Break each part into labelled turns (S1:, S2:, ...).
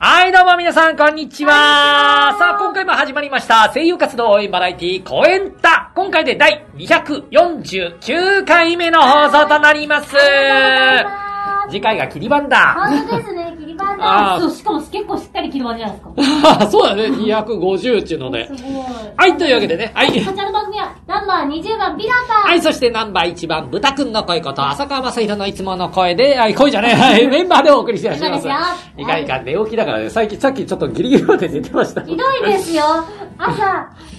S1: はい、どうも皆さん、こんにちは。さあ、今回も始まりました、声優活動応援バラエティ、コエンタ。今回で第249回目の放送となります。次回が切り番だ。
S2: 本当ですね、切り板で
S1: あー
S3: そう、しかも結構しっかり切るわけじゃないですか。
S1: そうだね、250っていうので。
S2: す。すごい。
S1: はい、というわけでね、はい。
S2: こちらの番組は、ナンバー20番、ビラさん。
S1: はい、そしてナンバー1番、豚くんの声こと、浅川正宏のいつもの声で、はい、声じゃねえ、はい、メンバーでお送りしてらっしゃいます
S2: そうですよ
S1: いかいか寝起きだからね、最近、さっきちょっとギリギリまで寝てました。
S2: ひどいですよ。朝、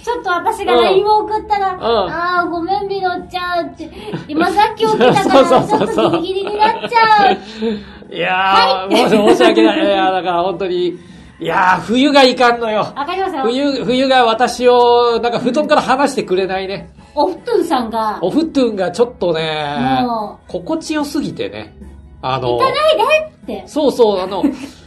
S2: ちょっと私が LINE を送ったら、ああ、ごめん、ビロちゃんって、今さっき起きたから、ち
S1: そ
S2: ょ
S1: うそうそう
S2: っ
S1: そう
S2: とギリギリになっちゃう。
S1: いやー、申し申し訳ない。いやーだから本当に、いやー、冬がいかんのよ。
S2: わかりますよ。
S1: 冬、冬が私を、なんか布団から離してくれないね。
S2: おふとんさんが、
S1: お布団がちょっとね
S2: も、
S1: 心地よすぎてね。あの、
S2: 行かないでって。
S1: そうそう、あの、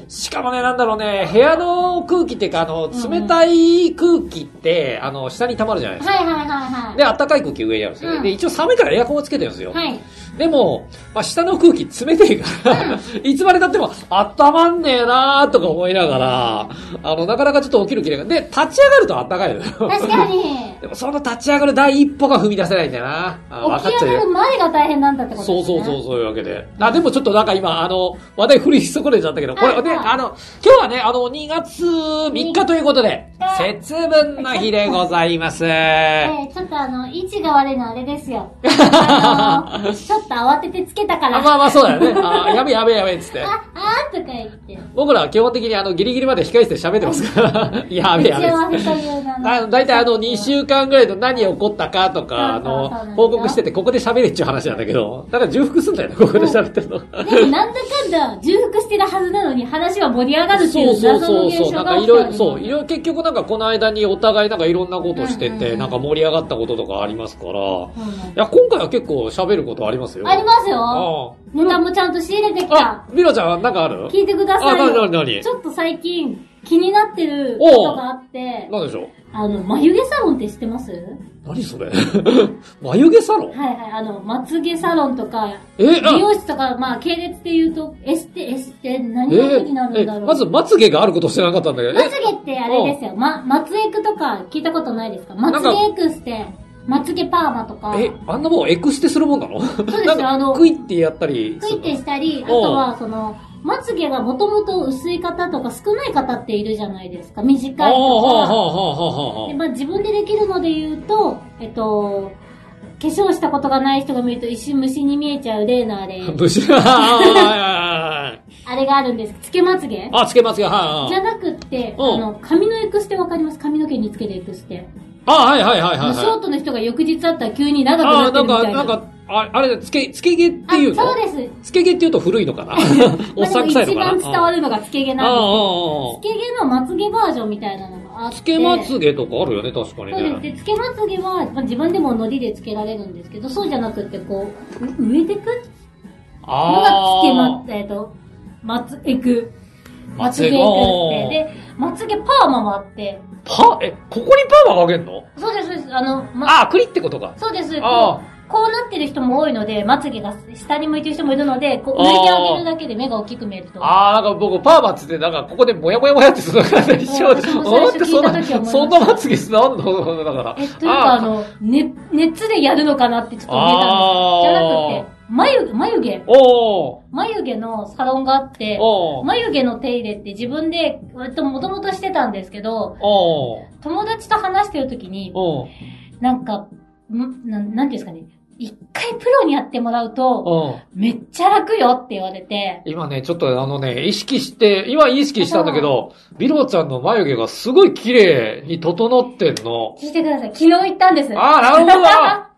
S1: しかもね、なんだろうね、部屋の空気っていうか、あの、冷たい空気って、あの、下に溜まるじゃないですか。
S2: はいはいはいはい。
S1: で、暖かい空気上にあるんですよね。
S2: うん
S1: で、一応寒いからエアコンをつけてるんですよ。
S2: はい。
S1: でも、まあ、下の空気冷てえから、 いつまで経っても、温まんねえなーとか思いながら、あの、なかなかちょっと起きる気が。で、立ち上がると暖かいのよ。。
S2: 確かに
S1: でも、その立ち上がる第一歩が踏み出せないんだよな。あ分
S2: 起
S1: かっ
S2: き
S1: ちゃう
S2: 上がる
S1: よ。
S2: 前が大変なんだってこと
S1: そ
S2: で
S1: う
S2: すね。
S1: そうそう、そういうわけで。あ、でもちょっとなんか今、あの、話題振り損ねちゃったけど、こ
S2: は
S1: れ
S2: い
S1: ね、
S2: はい
S1: あの、今日はね、あの、2月3日ということで、節分の日でござい ます。
S2: えーちょっとあの、位置が悪いのはあれです よ。あのちょっと慌ててつけたから。
S1: あまあまあそうだよ ね。あやべえやべえやべえっつって。
S2: あ、あーとか言って。
S1: 僕らは基本的にあのギリギリまで控え室で喋ってますから。やべえやべえ。
S2: 幸せという名
S1: あの、大体あの、2週間ぐらいの何起こったかとか、あの
S2: そうそうそうなんだ、よ
S1: 報告してて、ここで喋れっちゅう話なんだけど、ただ重複すんだよね、ここで喋ってるの。
S2: でもなんだかんだ重複してるはずなのに話は盛り上がるってい
S1: そう
S2: う
S1: そう
S2: 謎の
S1: そう
S2: 現
S1: そう、な
S2: 象
S1: んか
S2: が
S1: い
S2: 起き
S1: ろい
S2: たわけ
S1: ろ、
S2: ですね
S1: そう、いろいろ結局なんかこの間にお互いなんかいろんなことして
S2: うんうん
S1: て、
S2: うん
S1: なんか盛り上がったこととかありますから、い
S2: うんうん
S1: や、今回は結構喋ることありますよ。
S2: ありますよ。
S1: あ
S2: ネタもちゃんと仕入れてき
S1: あ
S2: た。。
S1: ミロちゃん、なんかある
S2: 聞いてください
S1: あなになにな
S2: よ。
S1: に
S2: ちょっと最近気になってることがあって、
S1: なんでしょう
S2: あの、眉毛サロンって知ってます
S1: 何それ 眉毛サロン
S2: はいはい、あの、まつげサロンとか、
S1: え、あ
S2: 美容室とか、まあ、系列で言うと、エステ、エステ、何の時になるんだろう。
S1: まず、まつげがあることを知らなかったんだけど、
S2: ま
S1: え
S2: つげってあれですよ。ま、まつエクとか聞いたことないですかま
S1: なん
S2: つ
S1: か
S2: げエクスって、まつげパーマとか、
S1: え、あんなもんエクステするもんなのそう
S2: ですよあの
S1: クイってやったり
S2: クイってしたり、あ
S1: おう
S2: とはその、まつげがもともと薄い方とか少ない方っているじゃないですか。短いと
S1: はあはあ
S2: か。
S1: はあはあは
S2: で
S1: あ
S2: まあ、自分でできるので言うと、えっと、化粧したことがない人が見ると一瞬虫に見えちゃう例のあ れ、
S1: 武士、あはいはいはいはい
S2: あれがあるんです。つけまつげ
S1: あ、つけまつげ、はい
S2: じ
S1: はい。
S2: ゃなくって、あ
S1: おう
S2: の、髪のエクステわかります髪の毛につけるエクステ。
S1: あ、はいはいはいはい
S2: ショ
S1: は
S2: ー
S1: い。
S2: トの人が翌日会ったら急に長
S1: あ、
S2: くな
S1: な
S2: ってる
S1: ん
S2: みた
S1: か、
S2: いな。
S1: なんか、ああれだ、つけ、つけ毛っていう
S2: あ
S1: の
S2: そうです。
S1: つけ毛っていうと古いのかなおっさん 臭いのかな
S2: まあでも一番伝わ
S1: る
S2: るのがつけ毛
S1: ああ
S2: なんで
S1: ああ
S2: す。つけ毛のまつげバージョンみたいなのがあ
S1: ああ
S2: って。
S1: つけまつげとかあるよね、確かに
S2: そうです。
S1: ね。
S2: で、つけまつげは、まあ、自分でものりでつけられるんですけど、そうじゃなくって、こう、う植えてくのが
S1: ああ。
S2: つけま、えっ、と、まつ、えく。
S1: まつ
S2: ま
S1: げ
S2: つげエク
S1: お
S2: っ
S1: う
S2: て。で、まつげパーマもあって。
S1: パ、え、ここにパーマかけんの
S2: そうです、そうです。あの、ま、
S1: ああ、栗ってことか。
S2: そうです。
S1: あ
S2: こうこうなってる人も多いので、まつげが下に向いてる人もいるので、こう、抜いてあげるだけで目が大きく見え ると。
S1: ああ、なんか僕、パーマっつって、なんか、ここでもやもやもやってするのが一緒で、
S2: 私も最初
S1: ってそん
S2: 聞いた時は思い
S1: な、
S2: ました
S1: そんなまつげすなんのだから。
S2: え、というか、あ
S1: ー、
S2: の、ね、熱でやるのかなってちょっと
S1: あー
S2: 思えたんですじゃなくて、眉、眉毛、
S1: おー、
S2: 眉毛のサロンがあって、
S1: おー、
S2: 眉毛の手入れって自分で、割ともともとしてたんですけど、
S1: おー、
S2: 友達と話してるときに、
S1: おー、
S2: なんか、んなん、なんていうんですかね、一回プロにやってもらうと、
S1: おー。
S2: めっちゃ楽よって言われて、
S1: 今ね、ちょっとあのね、意識して、今意識したんだけど、ビロちゃんの眉毛がすごい綺麗に整ってんの。
S2: 聞いてください。昨日行ったんです。
S1: ああ、なるほど な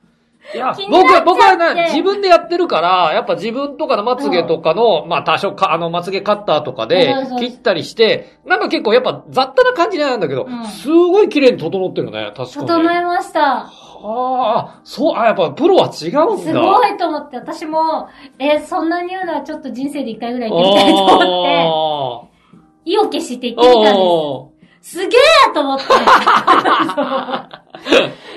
S1: いや
S2: 気、になっちゃっ
S1: 僕、僕
S2: て
S1: はね、自分でやってるから、やっぱ自分とかのまつげとかの、まあ多少か、あの、まつげカッターとかで
S2: そうそうそう
S1: 切ったりして、なんか結構やっぱ雑多な感じなんだけど、
S2: うん
S1: すごい綺麗に整ってるね、確かに。
S2: 整えました。
S1: はあ、そう、あ、やっぱプロは違うんだ。
S2: すごいと思って、私も、えーそんなに言うのはちょっと人生で一回ぐらい行ってみたいと思って、
S1: お
S2: 意を決して行
S1: ー
S2: ってみたんで
S1: おー
S2: す。すげえと思って。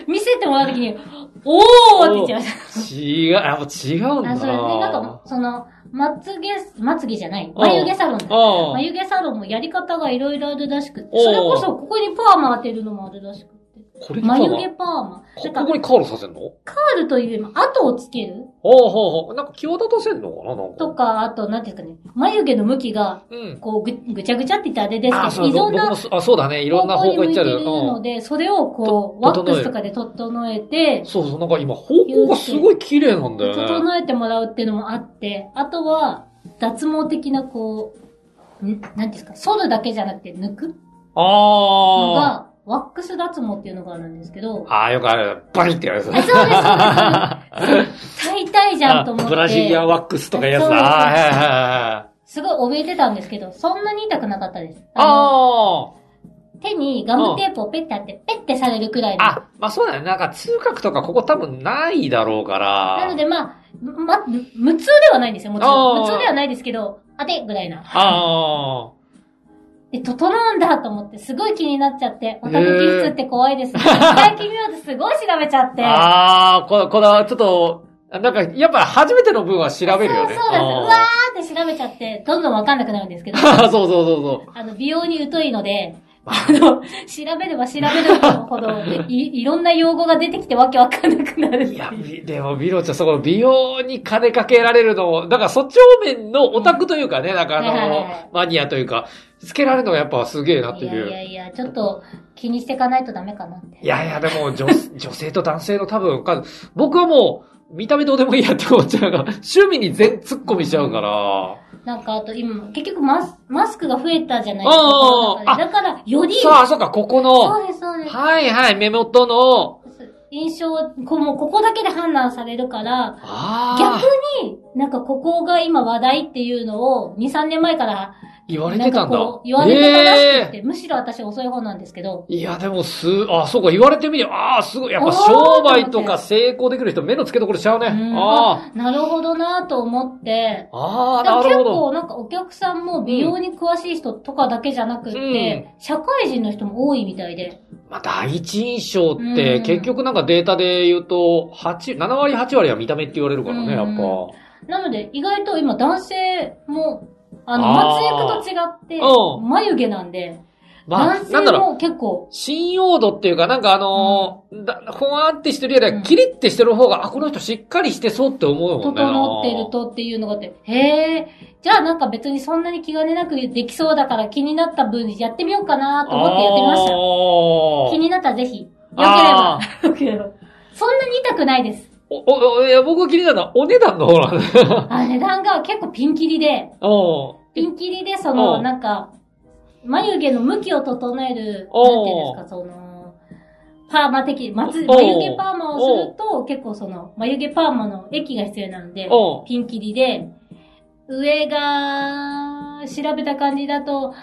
S2: 見せてもらうときに、おーって言っちゃいました。
S1: 違う、あ、もう違うんだ。
S2: あ、それで、なんか、その、まつげ、まつげじゃない。
S1: あ
S2: 眉毛サロンだ。
S1: ああ
S2: 眉毛サロンもやり方がいろいろあるらしくて、
S1: おう
S2: それこそここにパーマ当てるのもあるらしくて。
S1: これ
S2: 眉毛
S1: 毛
S2: パーマ。なんか、
S1: ここにカールさせんの
S2: カールというよりも、後をつける
S1: ほうほうほう。なんか際立たせんのかななんか。
S2: とか、あと、なんていうんですかね、眉毛の向きが、
S1: うん。
S2: こうぐ、ぐちゃぐちゃって言ったらあれです
S1: あ、
S2: けど、
S1: そう
S2: い
S1: 僕
S2: ろん
S1: も
S2: な
S1: そあ、そうだね。いろんな方向行っちゃう。
S2: 方向に向いてるの
S1: うん。
S2: で、それをこう、
S1: と
S2: ワ
S1: 整
S2: ッ
S1: える
S2: クスとかで整えて、
S1: そうそう。なんか今、方向がすごい綺麗なんだよね。
S2: 整えてもらうっていうのもあって、あとは、脱毛的なこう、んなんていうんですか、剃るだけじゃなくて抜くの
S1: あ
S2: が、ワックス脱毛っていうのがあるんですけど
S1: あ。、ああ、よくあれ、バリンってやるやつ。
S2: あそうで す大体じゃんと思
S1: ブラ
S2: っ
S1: ジリアン
S2: て、
S1: ワックスとかやつだ。
S2: そうで
S1: あ
S2: す
S1: ーはいはいはいはい。
S2: すごい怯えてたんですけど、そんなに痛くなかったです。の
S1: あ
S2: 手にガムテープをペッてあって、ペッてされるくらい
S1: あ。
S2: の。
S1: あ、まあそうだよね。なんか通覚とかここ多分ないだろうから。
S2: なのでまあ、ま、無痛ではないんですよ、もちろん。
S1: あー
S2: 無痛ではないですけど、あてぐらいな。
S1: ああ。
S2: で、整うんだと思って、すごい気になっちゃって、オタク気質って怖いで すね。最近見ようとすごい調べちゃって。
S1: ああ、この、この、ちょっと、なんか、やっぱ初めての分は調べるよね。
S2: そうそうです。うわ
S1: あ
S2: ーって調べちゃって、どんどんわかんなくなるんで すけど、
S1: ーそうそうそうそう。
S2: あの、美容に疎いので、あの、調べれば調べるほど、い、いろんな用語が出てきてわけわかんなくなるって。
S1: いうや、び でも、ビロちゃん、そこの美容に金かけられるのも、だから、そっち方面のオタクというかね、なんかあの、
S2: はいはいはい
S1: マニアというか、つけられるのがやっぱすげえなっ
S2: い
S1: てい
S2: や
S1: う。
S2: いやいや、ちょっと気にしていかないとダメかなって。
S1: いやいや、でも、女、 女性と男性の多分、か僕はもう、見た目どうでもいいやって思っちゃうから、趣味に全突っ込みしちゃうから。
S2: なんかあと今、結局マスマスクが増えたじゃないですか
S1: あー
S2: コロナ禍で。
S1: あ
S2: だから、より、
S1: さあ、そうか、ここの、
S2: そうです、そうです。
S1: はいはい、目元の、
S2: 印象、こうもうここだけで判断されるから、
S1: ああ。
S2: 逆に、なんかここが今話題っていうのを、2、3年前から、
S1: 言われ
S2: な
S1: て
S2: ん
S1: た
S2: か
S1: んだ。
S2: こう、言われてたらしくて、
S1: え
S2: むしろ私遅い方なんですけど、
S1: えいや、でもす、あ、そうか、言われてみりゃ、ああ、すごい。やっぱ
S2: おー
S1: 商売とか成功できる人、目の付けどころしちゃうね。
S2: うん
S1: あ
S2: あなるほどなと思って、
S1: あ、ああ、
S2: でも
S1: な
S2: 結
S1: るほど。
S2: 構なんかお客さんも美容に詳しい人とかだけじゃなくって、社会人の人も多いみたいで、
S1: まあ、第一印象って、
S2: うん
S1: 結局なんかデータで言うと、8、7割、8割は見た目って言われるからね、やっ
S2: うん
S1: ぱ。
S2: なので意外と今男性も、あの、
S1: あー
S2: 松役と違って
S1: う、
S2: 眉毛なんで、
S1: まあ、
S2: 男
S1: なんだろ
S2: 性
S1: う。
S2: も結構、
S1: 信用度っていうか、なんかあのーだほわーってしてるより
S2: う
S1: は、
S2: ん
S1: キリってしてる方が、あ、この人しっかりしてそうって思うもんね。
S2: 整ってる
S1: と。
S2: とっていうのがあって、へえ、じゃあなんか別にそんなに気兼ねなくできそうだから気になった分やってみようかなと思ってやってみました。
S1: ああ
S2: 気になったらぜひ。よけれ
S1: あ
S2: ば。よければ。 そんなに痛くないです。
S1: お、お、おいや、僕が気になるのは、お値段の方なんだよ。
S2: あ、値段が結構ピンキリで、
S1: おう
S2: ピンキリで、そうの、
S1: ん
S2: なんか、眉毛の向きを整える、
S1: お
S2: なんていうんですか、その、パーマ的、まつ、眉毛パーマをすると、結構その、眉毛パーマの液が必要なので、
S1: おう
S2: ピンキリで、上が、調べた感じだと、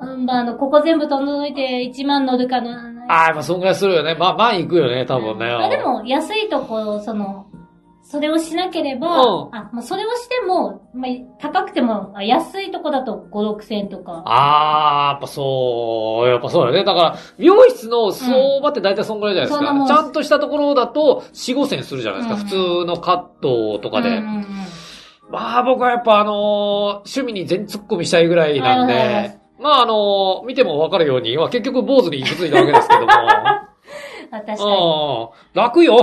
S2: うん、まあ、あの、ここ全部整えて1万乗るかな。
S1: ああ、まあ、そんぐらいするよね。まあ、まあ、行くよね、多分ね。
S2: まあでも、安いとこ、その、それをしなければ、
S1: うん
S2: あ、まあ、それをしても、まあ、高くても、あ安いとこだと5、6千とか。
S1: ああ、やっぱそう、やっぱそうだよね。だから、美容室の相場って大体そんぐらいじゃないですか。
S2: うん
S1: ちゃんとしたところだと、4、5千するじゃないですか。
S2: うん
S1: 普通のカットとかで。
S2: うんうんうん
S1: まあ、僕はやっぱあのー趣味に全突っ込みしたいぐらいなん
S2: ありがとうございま
S1: で、まああのー見てもわかるように、まあ結局坊主に行き着いたわけです けども。
S2: あ確
S1: う
S2: か
S1: ん。楽よ。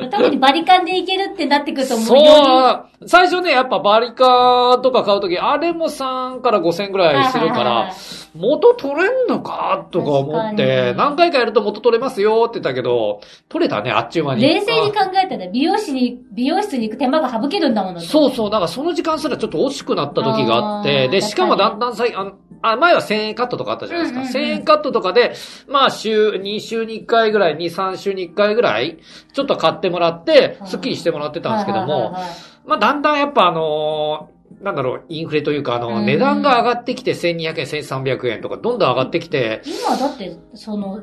S2: に。特にバリカンでいけるってなってくると、もうより、
S1: そう、最初ね、やっぱバリカンとか買うとき、あれも3から5千ぐらいするか
S2: はいはいはい
S1: ら、元取れんのかとか思っ
S2: 確か
S1: て、
S2: に
S1: 何回かやると元取れますよって言ったけど、取れたね、あっちゅう間に。
S2: 冷静に考えたら、美容師に、美容室に行く手間が省けるんだもの。
S1: そうそう、なんかその時間すらちょっと惜しくなった時があって、
S2: あー
S1: で、しかもだ
S2: 確
S1: ん
S2: かに
S1: だん最、あの、あ前は1000円カットとかあったじゃないですか。
S2: うんうんうん
S1: 1000円カットとかで、まあ週、2週に1回ぐらい、2、3週に1回ぐらい、ちょっと買ってもらって、
S2: あー
S1: スッキリしてもらってたんですけど
S2: はいは
S1: も
S2: い、はいはい
S1: まあだんだんやっぱあのーなんだろう、インフレというか、あ
S2: うんう
S1: の、
S2: ん
S1: 値段が上がってきて1200円、1300円とか、どんどん上がってきて、
S2: 今だって、その、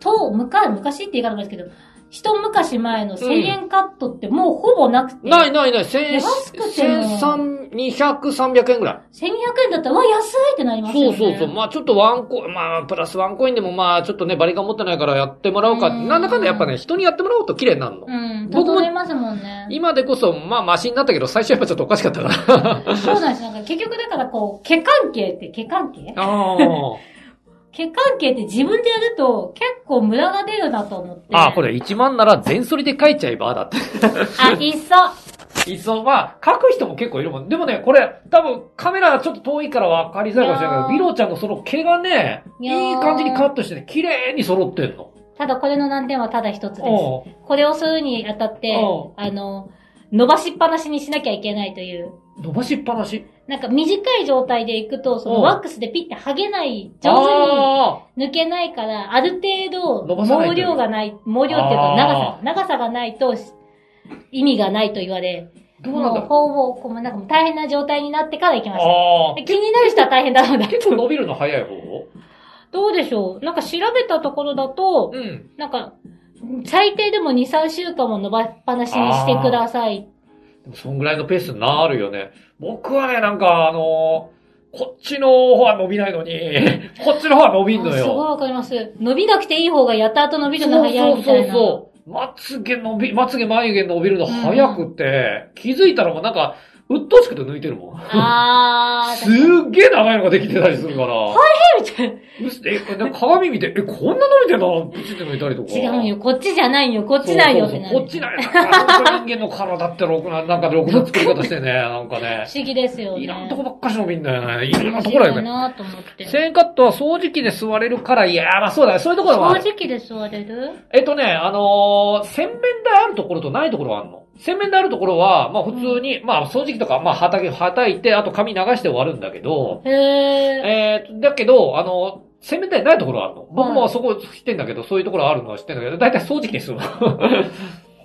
S2: と、昔、昔って言い方もですけど、一昔前の1000円カットってもうほぼなくて、
S1: ないないない、千、
S2: 安くても
S1: 千三、二百、三百円ぐらい。
S2: 1200円だったら、わ、安いってなります
S1: そ
S2: よ
S1: う
S2: ね。
S1: そうそう。まあちょっとワンコイン、まあプラスワンコインでもまあちょっとね、バリが持ってないからやってもらおうかって。
S2: うん
S1: なんだかんだやっぱね、人にやってもらおうと綺麗になるの。
S2: うん、
S1: 僕も
S2: 整いますもんね。
S1: 今でこそ、まあマシになったけど、最初やっぱちょっとおかしかったから。
S2: そうなんです。なんか結局だからこう、毛関係って毛関係
S1: あ
S2: 毛関係って自分でやると結構無駄が出るなと思って。
S1: あ。ああ、こ。れ1万なら全剃りで書いちゃえば、だって。
S2: あ、いっそ。
S1: いそ、まあ、書く人も結構いるもん。でもね、これ、多分カメラがちょっと遠いから分かりづらいかもしれないけど、
S2: い
S1: ビ
S2: やー
S1: ロちゃんのその毛がね、
S2: いやー
S1: いい感じにカットしてね、綺麗に揃ってんの。
S2: ただこれの難点はただ一つです。
S1: おう
S2: これをするにあたって
S1: うん、
S2: あの、伸ばしっぱなしにしなきゃいけないという。
S1: 伸ばしっぱなし。
S2: なんか短い状態でいくと、そ
S1: うん
S2: のワックスでピッて剥げない、上
S1: あ
S2: 手に抜けないから、ある程
S1: 伸ば
S2: 度、
S1: さないと
S2: 毛量がない、毛量っていうか
S1: あ
S2: 長さ、長さがないと、意味がないと言われ、
S1: あどうなん
S2: も
S1: だ
S2: う
S1: ろう。
S2: ほぼ、こうなんかもう大変な状態になってから行きました。
S1: ああ。
S2: 気になる人は大変だろうな。
S1: 結構伸びるの早い方
S2: どうでしょうなんか調べたところだと、
S1: うん。
S2: なんか、最低でも2、3週間も伸ばしっぱなしにしてください。
S1: でもそんぐらいのペースになるよね。僕はね、なんかあのーこっちの方は伸びないのに、 こっちの方は伸びんの
S2: あすごい
S1: よ。
S2: わかります。伸びなくていい方がやたらと伸びるの
S1: そう
S2: 早い
S1: そう
S2: みた
S1: そ
S2: いうな。
S1: そう。まつげ伸び、まつげ眉毛伸びるの早くて、気づいたらもうなんか、うっとうしくて抜いてるもん。
S2: あ ー、
S1: すっげえ長いのができてたりするから。
S2: みたいう
S1: っすえ、で鏡見て、え、こんな伸びてんのプチって抜いたりとか。
S2: な。違うよ、こっちじゃないよ、こっちないよってな
S1: そうそうそうこっ
S2: る。
S1: ちないよ。なんか人間の体ってろくな、なんかろくな作り方してね、なんかね
S2: 不。思議ですよね。
S1: いらんとこばっかし伸びんだよね。いろんなところ
S2: 面白
S1: や
S2: い
S1: ね。
S2: なと思って。
S1: セインカットは掃除機で座れるから、いやー、まあそうだね。そういうところもあ
S2: 掃
S1: る。
S2: 除機で座れる
S1: えっとね、あのー洗面台あるところとないところがあるの。洗面台あるところは、まあ普通に、まあ掃除機とか、まあはたき、はたいて、あと髪流して終わるんだけど、
S2: へえ。
S1: えー、だけど、あのー洗面台ないところあるの。僕
S2: は
S1: も
S2: い
S1: そこ知ってんだけど、そういうところあるのは知ってんだけど、だいたい掃除機にするの。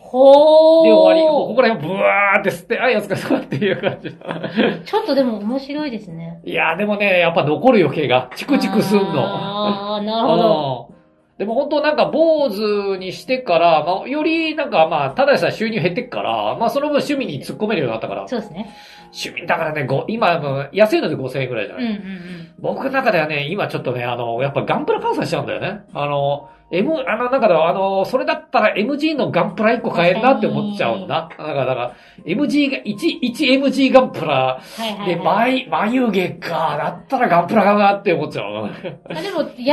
S2: ほー。
S1: で、終わり。ここら辺をブワーって吸って、あ、やつかそうっていう感じ。
S2: ちょっとでも面白いですね。
S1: いやー、でもね、やっぱ残るよ、毛が。チクチクすんの。
S2: あー、なるほど。
S1: うんでも本当なんか坊主にしてから、まあ、よりなんかまあ、ただでさえ収入減ってっから、まあその分趣味に突っ込めるようになったから。
S2: そうですね。
S1: 趣味だからね、ご今、うん安いので5000円くらいじゃ
S2: う
S1: なんい、
S2: うんうん。
S1: 僕の中ではね、今ちょっとね、あの、やっぱガンプラ換算しちゃうんだよね。あの、M、あの、なんかだあの、それだったら MG のガンプラ1個買えるなって思っちゃうんだ。だから、だから、MG が、1、1MG ガンプラ、
S2: はいは
S1: で、
S2: い、はい。
S1: 眉、眉毛か、だったらガンプラかなって思っちゃう。
S2: まあでも、やる場所に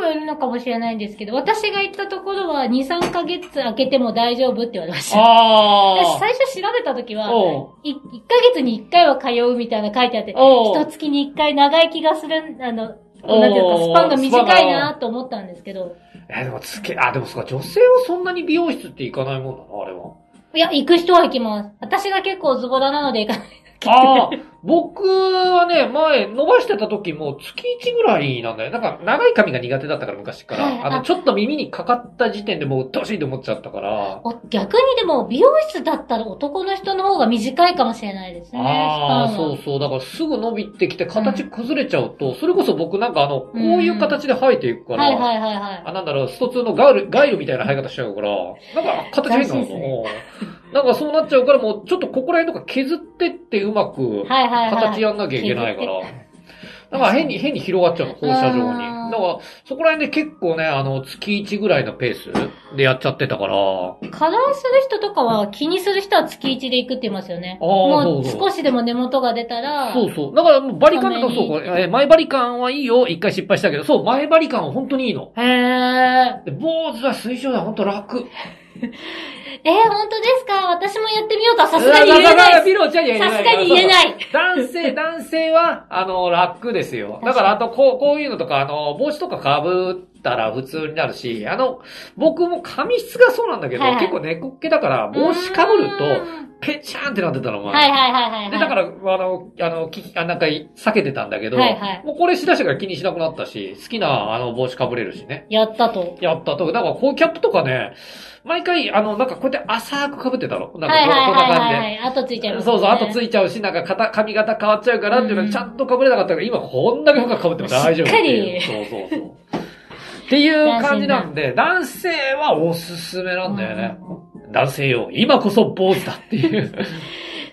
S2: もよるのかもしれないんですけど、私が行ったところは2、3ヶ月空けても大丈夫って言われました。私
S1: あ
S2: 最初調べた時は、
S1: おう
S2: い1ヶ月に1回は通うみたいな書いてあって、
S1: おう
S2: 一月に1回長い気がする、あの、
S1: おう
S2: なんていうか、スパンが短いなと思ったんですけど、
S1: え、でもつけ、あ、でもそっか、女性はそんなに美容室って行かないもんなの、あれは。
S2: いや、行く人は行きます。私が結構ズボラなので行かない。
S1: ああ、僕はね、前、伸ばしてた時も月1ぐらいなんだよ。なんか、長い髪が苦手だったから、昔から。
S2: はい
S1: あの、
S2: あ
S1: ちょっと耳にかかった時点でもう、うっとうしいと思っちゃったから。
S2: お逆にでも、美容室だったら男の人の方が短いかもしれないですね、スパン
S1: あ
S2: は。
S1: あ、そうそう。だからすぐ伸びてきて形崩れちゃうと、それこそ僕なんかあの、こういう形で生えていくから、
S2: はいはいはいはい。
S1: あ、なんだろう、スト2のガール、ガイルみたいな生え方しちゃうから、なんか形変なの、
S2: 斬新っすね
S1: うんなんかそうなっちゃうから、もうちょっとここら辺とか削ってってうまく、
S2: はいはいはい。
S1: 形やんなきゃいけないから
S2: 削。
S1: なんか変に、変に広がっちゃうの、放射状に。
S2: あー
S1: だから、そこら辺で結構ね、あの、月1ぐらいのペースでやっちゃってたから、
S2: カラーする人とかは気にする人は月1で行くって言いますよね。
S1: あー
S2: もう
S1: そうそう
S2: 少しでも根元が出たら、
S1: そうそう。だからもうバリカンだとそう
S2: 深
S1: これ、えー前バリカンはいいよ、一回失敗したけど、そう、前バリカンは本当にいいの。
S2: へえ。
S1: で坊主は水晶だ、本当楽。
S2: えー、本当ですか私もやってみようとはさすがに言え
S1: だから
S2: ないで
S1: ビロちゃんには言えな
S2: す。さ
S1: い
S2: すがに言えない。
S1: 男性、男性は、あの、楽ですよ。
S2: 確か
S1: だ
S2: に
S1: から、あと、こう、こういうのとか、あの、帽子とか被ったら普通になるし、あの、僕も髪質がそうなんだけど、
S2: はいはい
S1: 結構猫っ毛だから、帽子被る
S2: う
S1: と、ぺちゃーんってなってたの、
S2: ーん
S1: ま
S2: はいはいはいはいはい。
S1: で、だから、あの、あの、きあなんか、避けてたんだけど、
S2: はいはい
S1: もうこれしだしたから気にしなくなったし、好きな、あの、帽子被れるしね。
S2: やったと。
S1: やったと。なんか、こういうキャップとかね、毎回、あの、なんかこうやって浅く被ってたの。なんか
S2: はい
S1: こう、
S2: はい
S1: こんな
S2: はい
S1: 感じ
S2: は
S1: で
S2: い。はい。後ついちゃいます、
S1: そうそう、あと
S2: い
S1: ついちゃうし、なんか型、髪型変わっちゃうからっていうの
S2: う
S1: は
S2: ん
S1: ちゃんと被れなかったから、今こんだけ深く被っても大丈夫っていう。
S2: し
S1: そうそうそう。っていう感じなんで、男性はおすすめなんだよね。男性よ、今こそ坊主だっていう。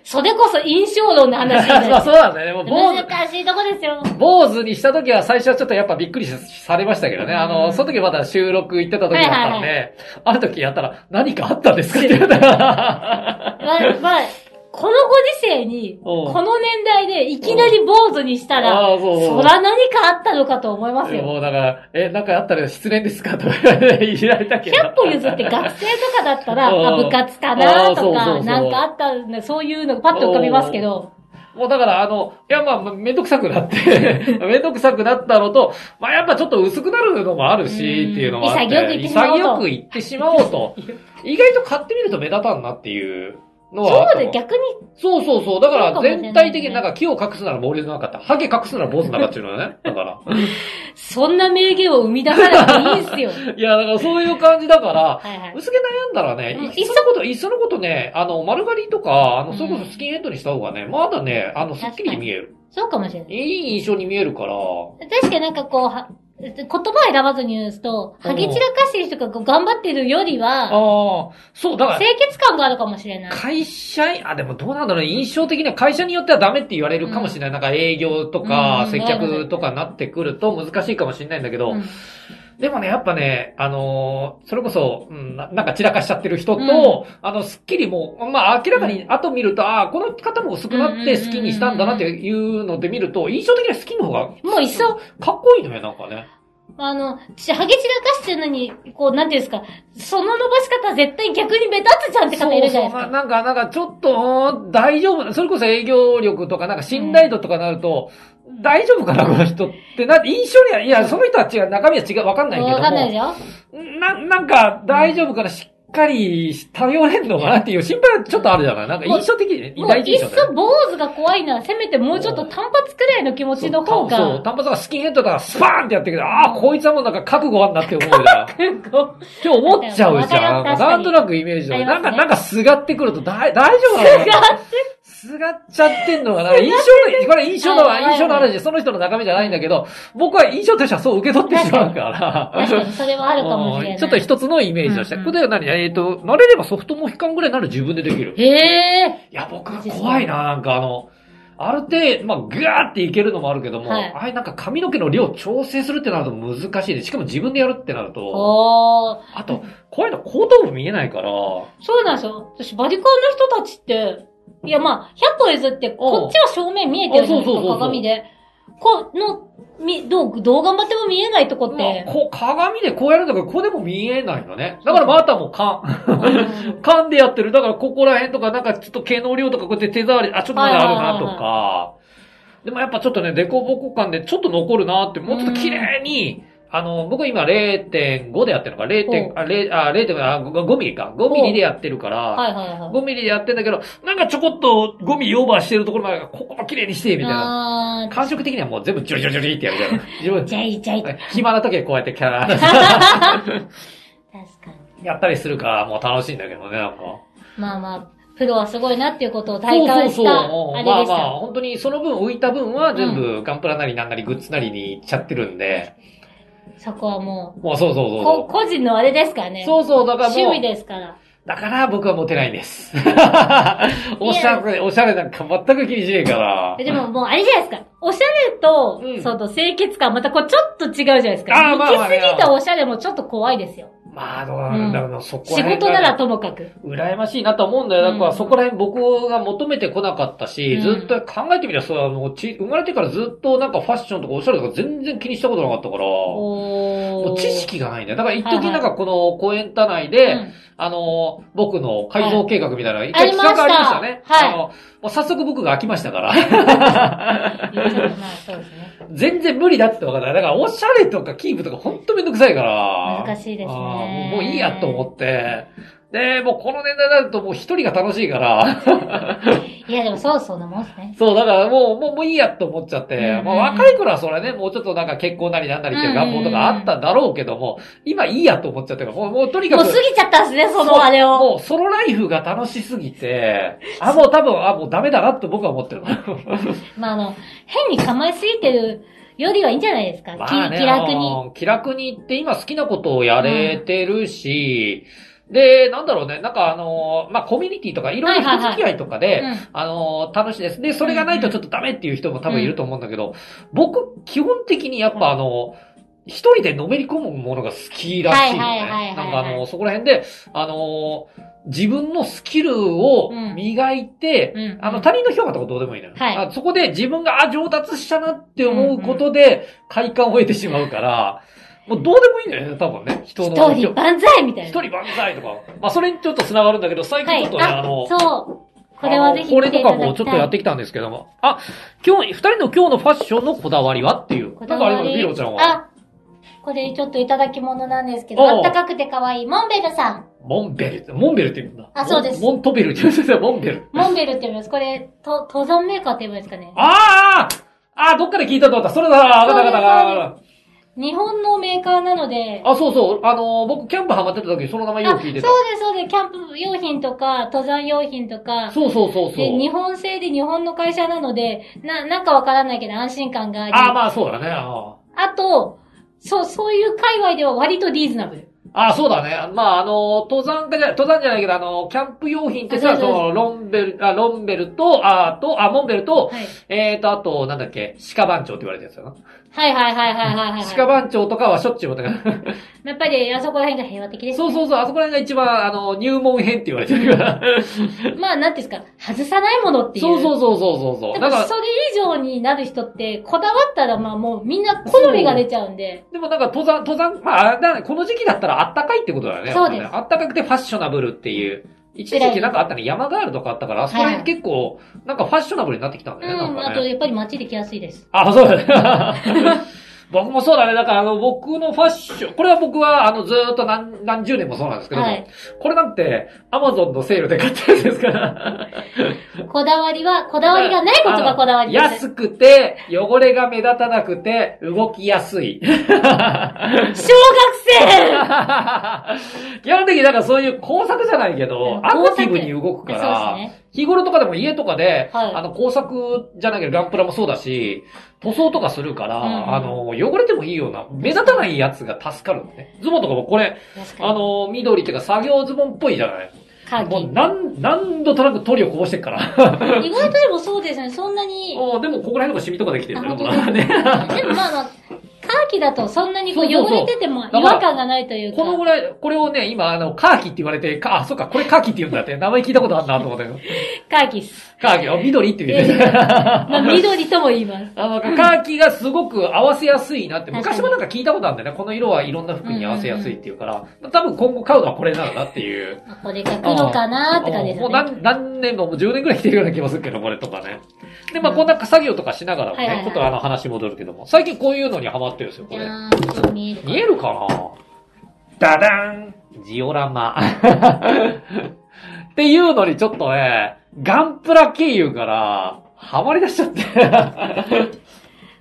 S2: それこそ印象論の話になる
S1: まあそうなんだよね。もう坊主、
S2: 難しいとこですよ。
S1: 坊主にした時は最初はちょっとやっぱびっくりしされましたけどね。あの、その時まだ収録行ってた時だったん
S2: は
S1: で、ある時やったら何かあったんですかって言われた ら。
S2: まあ、まあ、このご時世に、
S1: おう
S2: この年代でいきなり坊主にしたら、
S1: ああ、そう
S2: そ
S1: そう。
S2: ら何かあったのかと思いますよ。
S1: もうだから、え、なんかあったら失恋ですかとか言われたけど。
S2: 100歩譲って学生とかだったら、
S1: うん
S2: あ部活かな
S1: あそ
S2: と
S1: うそうそ
S2: か、
S1: う
S2: なんかあったんで、そういうのがパッと浮かびますけど、
S1: もうだから、あの、いや、まあ、めんどくさくな って、めんどくさくなったのと、まあ、やっぱちょっと薄くなるのもあるし、って
S2: うん
S1: いうのもあって、
S2: 潔く言ってしま
S1: 潔
S2: おうと
S1: く言ってしまおう と。意外と買ってみると目立たんなっていうの
S2: そう
S1: はあった
S2: で
S1: の。
S2: 逆に、
S1: そうそうそう。だか、
S2: そうからもしれないね
S1: 全体的になんか木を隠すなら毛量なかった。ハゲ隠すなら坊主なかったっていうのはね。だから。
S2: そんな名言を生み出さなくていい んすよ。
S1: いや、だからそういう感じだから、
S2: はいはい。
S1: 薄毛悩んだらね
S2: うん、
S1: いっそのこと、いっそのことね、あの、丸刈りとか、あの、それこそスキンヘッドにした方がね、まだね、あの、スッキリ見える。
S2: そうかもしれない。
S1: いい印象に見えるから、
S2: 確かになんかこう、は言葉を選ばずに言うと、
S1: うん
S2: ハゲ散らかしてる人がこう頑張ってるよりは、
S1: ああ、そう、だから、
S2: 清潔感があるかもしれない。
S1: 会社員、あ、でもどうなんだろうね、印象的には会社によってはダメって言われるかもしれない。なんか営業と
S2: うん
S1: か
S2: う、ん
S1: 接客とかなってくると難しいかもしれないんだけど、
S2: うん
S1: でもね、やっぱね、あのーそれこそ、うんな、なんか散らかしちゃってる人と、
S2: うん
S1: あの、すっきりもう、まあ明らかに後見ると、ああ、この方も薄くなって好きにしたんだなっていうので見ると、印象的には好きの方が
S2: もういっそ、
S1: かっこいいのよ、なんかね。
S2: あの、ちハゲ散らかしてるのに、こう、なんていうんですか、その伸ばし方絶対逆に目立つじゃんって方いるじゃな
S1: そう
S2: いです
S1: そう
S2: か。
S1: なんか、なんかちょっと、うん大丈夫。それこそ営業力とか、なんか信頼度とかなると、大丈夫かな、この人って。な、印象には、いや、その人は違う、中身は違う、わかんないけども。
S2: わかんないでしょ
S1: な、なんか、大丈夫かな、しっかり頼れんのかなっていう心配はちょっとあるじゃないなんか印象的、
S2: もう
S1: 第一
S2: いっ
S1: 印象だよ
S2: そ坊主が怖いなら、せめてもうちょっと単発くらいの気持ちの方
S1: そうそう、
S2: が、
S1: 単発がスキンヘッドだからスパーンってやってるけど、ああ、こいつはもうなんか覚悟あんなって思うじゃん。
S2: こう
S1: って思っちゃうじゃん。
S2: わかる
S1: なんとなくイメージだ、
S2: あります
S1: なん
S2: ね
S1: か、なんかすがってくるとだい大丈夫なのかなすがっちゃってんのかな印象の、これ印象の、
S2: はいはいはい
S1: 印象の話で、その人の中身じゃないんだけど、僕は印象としてはそう受け取ってしまうから。
S2: 確かにそれはあるかもしれ
S1: う
S2: なんい。
S1: ちょっと一つのイメージとして。
S2: うんうん
S1: これで何えっ、と、慣れればソフトモヒカンぐらいなら自分でできる。い
S2: へえ。
S1: や、僕怖いな、なんかあの、ある程度、まあ、ぐーっていけるのもあるけども、
S2: はい
S1: あれなんか髪の毛の量調整するってなると難しいね。しかも自分でやるってなると。
S2: おー。
S1: あと、怖いの後頭部見えないから、
S2: そうなんですよ。私、バリカンの人たちって、いやまあ、100歩譲って、こっちは正面見えてるじゃないです
S1: あそうそうそうそ
S2: か、
S1: う
S2: 鏡で。この、み、どう、どう頑張っても見えないとこっ
S1: まあ
S2: て。
S1: こう鏡でこうやるんだけど、ここでも見えないのね。だからまたもう勘、
S2: うん
S1: 勘でやってる。だからここら辺とか、なんかちょっと毛の量とかこうやって手触り、あ、ちょっとまだあるなと
S2: はいはい
S1: か、でもやっぱちょっとね、凸凹感でちょっと残るなって、もうちょっと綺麗に、あの、僕今0.5でやってるのか、0.
S2: お
S1: あ、0. あ、0. あ、5ミリか。5ミリでやってるから、
S2: はいはいはい。
S1: 5ミリでやってんだけど、なんかちょこっと5ミリオーバーしてるところまで、ここは綺麗にして、みたいな。
S2: あ
S1: 感触的にはもう全部ジュリジュリジュリってやるじゃん。自分
S2: ー、じゃいじゃい。 確
S1: 暇な時はこうやってキャラ
S2: かに。
S1: やったりするから、もう楽しいんだけどね、なんか。
S2: まあまあ、プロはすごいなっていうことを体感した、あ
S1: ま
S2: れ
S1: あ
S2: でし
S1: ま
S2: た
S1: あ、。本当にその分浮いた分は全部ガンプラなりなんなりグッズなりにいっちゃってるんで、
S2: そこはも
S1: もうそうそう
S2: う、
S1: そう
S2: こ
S1: そう。
S2: 個人のあれですからね。
S1: そうそう、だから
S2: 趣
S1: も
S2: 味
S1: う、
S2: ですから。
S1: だから僕はモテないん です。おしゃれ、おしゃれなんか全く気にしねえから
S2: え。でももうあれじゃないですか。おしゃれと、
S1: うん
S2: その清潔感、またこうちょっと違うじゃないですか。
S1: あーまあまあ
S2: 行き過ぎたおしゃれもちょっと怖いですよ。
S1: まあ、どうなんだろうな、そこ
S2: 仕
S1: ら辺
S2: 事
S1: がね
S2: ならともかく。
S1: 羨ましいなと思うんだよ。だから、
S2: うん
S1: そこら辺僕が求めてこなかったし、
S2: うん
S1: ずっと考えてみたら、そう、あの、ち、生まれてからずっとなんかファッションとかおしゃれとか全然気にしたことなかったから、も
S2: お
S1: う
S2: ー
S1: 知識がないんだよ。だから一
S2: はいは
S1: 時
S2: い
S1: なんかこの公園タ内で、
S2: うん
S1: あの、僕の改造計画みたいなのが一
S2: は
S1: 回
S2: い
S1: 企画がありました
S2: あり
S1: ね。
S2: ましたはい
S1: あの、もう早速僕が飽きましたから。
S2: いやちょっとまあそうですね。
S1: 全然無理だって分かんない。だから、おしゃれとかキープとかほんとめんどくさいから。
S2: 難しいです
S1: あー
S2: ね
S1: もうもういいやと思って。で、もうこの年代になるともう一人が楽しいから。
S2: いやでもそうそうなもんですね。
S1: そう、だからもう、もう、もういいやと思っちゃって。
S2: うんうん
S1: まあ若い頃はそれね、もうちょっとなんか結婚なりなんなりっていう願望とかあったんだろうけども、今いいやと思っちゃってるから、もう、もうとにか
S2: もう
S1: く。
S2: 過ぎちゃったんですね、そのあれを。
S1: もうソロライフが楽しすぎて、あ、 もう多分、あ、もうダメだなって僕は思ってる。
S2: まああの、変に構えすぎてるよりはいいんじゃないですか。
S1: ま
S2: 気
S1: あね、
S2: 気楽に。
S1: うん気楽に行って今好きなことをやれてるし、で、なんだろうね、なんかあのーまあ、コミュニティとかいろいろ人付き合いとかで、
S2: うん
S1: あのー楽しいです。で、それがないとちょっとダメっていう人も多分いると思うんだけど、僕、基本的にやっぱあのー一人でのめり込むものが好きらしいの
S2: はいはいはいはいは
S1: ね。
S2: い
S1: なんかあのーそこら辺で、あのー自分のスキルを磨いて、
S2: うん
S1: あの、他人の評価とかどうでもいいのよ。
S2: はい
S1: あそこで自分が、あ、上達したなって思うことで、快感を得てしまうから、もうどうでもいいんだよね、多分ね。人の。
S2: 一人万歳みた
S1: 一
S2: いな。
S1: 人万歳とか。まあ、それにちょっと繋がるんだけど、最近ちょっとね、あの、
S2: そう。これはぜひ
S1: これ
S2: 見
S1: と
S2: てい
S1: か
S2: ただきたい。
S1: もちょっとやってきたんですけども。あ、今日、二人の今日のファッションのこだわりはっていう。なんかありますビロちゃんは。
S2: あ、これちょっといただき物なんですけ
S1: お
S2: ど、
S1: う
S2: あったかくて可愛いモンベルさ ん。
S1: モンベルって、モンベルって言うんだ。
S2: あそうです
S1: モンモントベルって言うんですよ、モンベル。
S2: モンベルって呼びます。これ、と、登山メーカーって呼ぶんですかね。
S1: あーあーあーどっかで聞いたと思った。それだ、あだ
S2: そう
S1: だ
S2: です
S1: だだ
S2: 日本のメーカーなので、
S1: あ、そうそう。あのー、僕、キャンプハマってた時にその名前よく聞いてた
S2: あ。そうです、そうです。キャンプ用品とか、登山用品とか、
S1: そうそうそうそ
S2: で日
S1: う。
S2: 本製で日本の会社なので、な、なんかわからないけど安心感があり。
S1: あーまあそうだね。あ
S2: あと、そう、そういう界隈では割とリーズナブル。
S1: ーあー、そうだね。まああのー、登山家じゃ、登山じゃないけど、あのー、キャンプ用品って
S2: あ
S1: さ、
S2: そう
S1: そ
S2: そう
S1: の、ロンベル、あ、ロンベルと、あーと、あ、モンベルと、
S2: はい。
S1: えーと、あと、なんだっけ、鹿番長って言われたやつだな。
S2: はいはいはいはいはいはい、
S1: 鹿番長とかはしょっちゅうだから。
S2: やっぱりあそこら辺が平和的です。
S1: そうそうそう、あそこら辺が一番、あの、入門編って言われてるから。
S2: まあ、なんていうんですか、外さないものっていう。
S1: そうそうそうそうそうそう。
S2: 多
S1: なん
S2: 分
S1: か
S2: そ、れ以上になる人って、こだわったらまあもうみんな好みが出ちゃうんで。
S1: でもなんか登山、登山、まああれだね、この時期だったらあったかいってことだよね。
S2: そうです
S1: あったかくてファッショナブルっていう。一時期なんかあったね、山ガールとかあったから、あそこら辺結構、なんかファッショナブルになってきたん
S2: う
S1: だよね、なん
S2: ん、
S1: か
S2: あと
S1: ね。
S2: やっぱり街で来やすいです。
S1: あ、そうだね。 僕もそうだね。だから、あの、僕のファッション、これは僕は、あの、ずーっと何、何十年もそうなんですけども、
S2: はい
S1: これなんて、アマゾンのセールで買ったやつです から。
S2: こだわりは、こだわりがないことがこだわりです。
S1: 安くて、汚れが目立たなくて、動きやすい。
S2: 小学
S1: 基本的になんかそういう工作じゃないけど、
S2: うん
S1: アクティブに動くか
S2: 生
S1: ら、
S2: そうですね。
S1: 日頃とかでも家とかで、
S2: はい
S1: あの工作じゃなきゃガンプラもそうだし、塗装とかするから、
S2: うん
S1: あの、汚れてもいいような、目立たないやつが助かるのね。ズボンとかもこれ、
S2: 確
S1: あ
S2: かに。
S1: の、緑っていうか作業ズボンっぽいじゃない
S2: カー
S1: もう
S2: キ。
S1: 何、何度となく塗料こぼしてっから。
S2: 意外とでもそうですね、そんなに。
S1: お でもここら辺とかシミとかできてる
S2: あ
S1: ね。
S2: 本当
S1: ほらね
S2: でもまあまあ、カーキだとそんなにこう
S1: そうそうそう
S2: 汚れてても違和感がないというか。
S1: このぐらい、これをね、今、あの、カーキって言われて、か、あ、そっか、これカーキって言うんだって、名前聞いたことあるなと思ったけど。
S2: カーキっす。
S1: カーキ、あ、緑って言う ね。
S2: まあ緑とも言います。
S1: あの、カーキがすごく合わせやすいなって、
S2: 確かに
S1: 昔もなんか聞いたことあるんだよね。この色はいろんな服に合わせやすいっていうから、多分今後買うのはこれなんだっていう。
S2: あこれが黒かなーって感じです
S1: も
S2: よ
S1: う
S2: ね。
S1: 何何年も、もう10年くらい来てるような気もするけど、これとかね。で、まあこんな作業とかしながらも
S2: はいはい
S1: ね
S2: は、
S1: ち
S2: い
S1: ょっとあの話戻るけども、最近こういうのにハマってるんですよ、こ
S2: い
S1: れ。
S2: やー、ちょっと見えるかな
S1: 見えるかなダダンジオラマ。 っていうのにちょっとね、ガンプラ経由から、ハマり出しちゃって。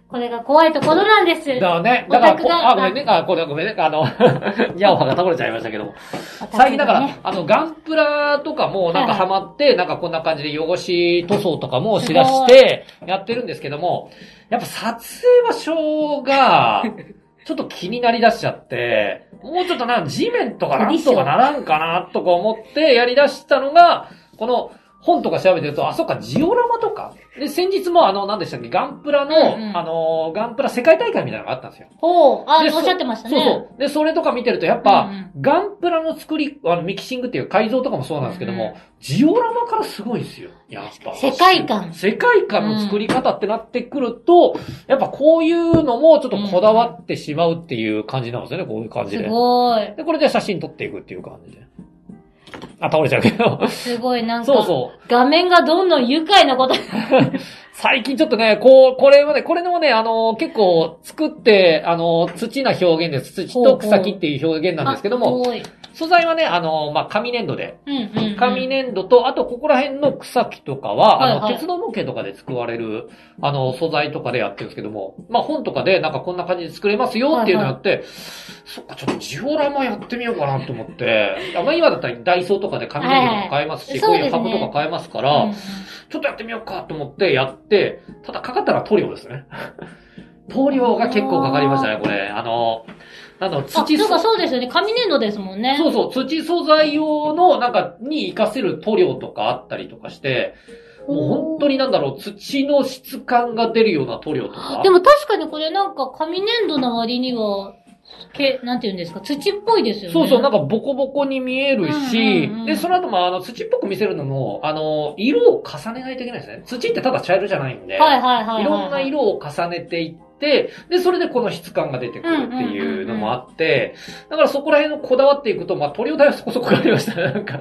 S2: これが怖いところなんです。
S1: だね。だから
S2: オタ
S1: こ
S2: クが
S1: あ、ごめんね。あ、これごめんね。あの、 ニャオハが倒れちゃいましたけども。最近だから、あの、ガンプラとかもなんか
S2: はいは
S1: ハマって、なんかこんな感じで汚し塗装とかもしだして、やってるんですけども、やっぱ撮影場所 が、ちょっと気になりだしちゃって、もうちょっとなんか地面とかなんとかならんかなとか思ってやりだしたのが、この本とか調べてると、あ、そっか、ジオラマとか。で、先日もあの、何でしたっけ、ガンプラの、
S2: うんうん
S1: あの、ガンプラ世界大会みたいなのがあったんですよ。
S2: ほう、あ、
S1: で
S2: おっしゃってましたね。
S1: そうそう。で、それとか見てると、やっぱ、
S2: うん
S1: ガンプラの作り、あの、ミキシングっていう改造とかもそうなんですけども、ジオラマからすごいんですよ。やっぱ。
S2: 世界観
S1: 世界観の作り方ってなってくると、やっぱこういうのもちょっとこだわってしまうっていう感じなんですよね、こういう感じ
S2: す
S1: で。
S2: ごい。
S1: で、これで写真撮っていくっていう感じで。あ、倒れちゃうけど。
S2: すごい、なんか。
S1: そうそう。
S2: 画面がどんどん愉快なこと。
S1: 最近ちょっとね、こう、これはね、これもね、あの、結構作って、あの、土な表現です。土と草木っていう表現なんですけども、
S2: あすごい。
S1: 素材はね、あの、まあ、紙粘土で。
S2: うんうん、うん。
S1: 紙粘土と、あとここら辺の草木とかは、あの、
S2: はいはい
S1: 鉄の模型とかで作られる、あの、素材とかでやってるんですけども、まあ、本とかでなんかこんな感じで作れますよっていうのやって、そっか、ちょっとジオラマやってみようかなと思って、あまあ、今だったらダイソーとかで紙粘土とか買えますし、
S2: はいはい
S1: こう
S2: そう
S1: いう
S2: ですね
S1: 箱とか買えますか
S2: うん
S1: ら、
S2: うん
S1: ちょっとやってみようかと思ってやって、ただかかったら塗料ですね。塗料が結構かかりましたね、これ。あの、なんだろう、
S2: あ、
S1: 土
S2: なん
S1: そ、
S2: かそうですよね。紙粘土ですもんね。
S1: そうそう、土素材用の、なんか、に活かせる塗料とかあったりとかして、もう本当になんだろう、土の質感が出るような塗料とか。
S2: でも確かにこれなんか紙粘土な割には、け、なんて言うんですか、土っぽいですよね。
S1: そうそう、なんかボコボコに見えるし、
S2: うんうんうん
S1: で、その後もあの、土っぽく見せるのも、あの、色を重ねないといけないですね。土ってただ茶色じゃないんで、
S2: はいはいはいはい。
S1: いろんな。色を重ねていって、で、それでこの質感が出てくるっていうのもあって、だからそこら辺のこだわっていくと、まあ、塗料代はそこそこありましたね、なんか。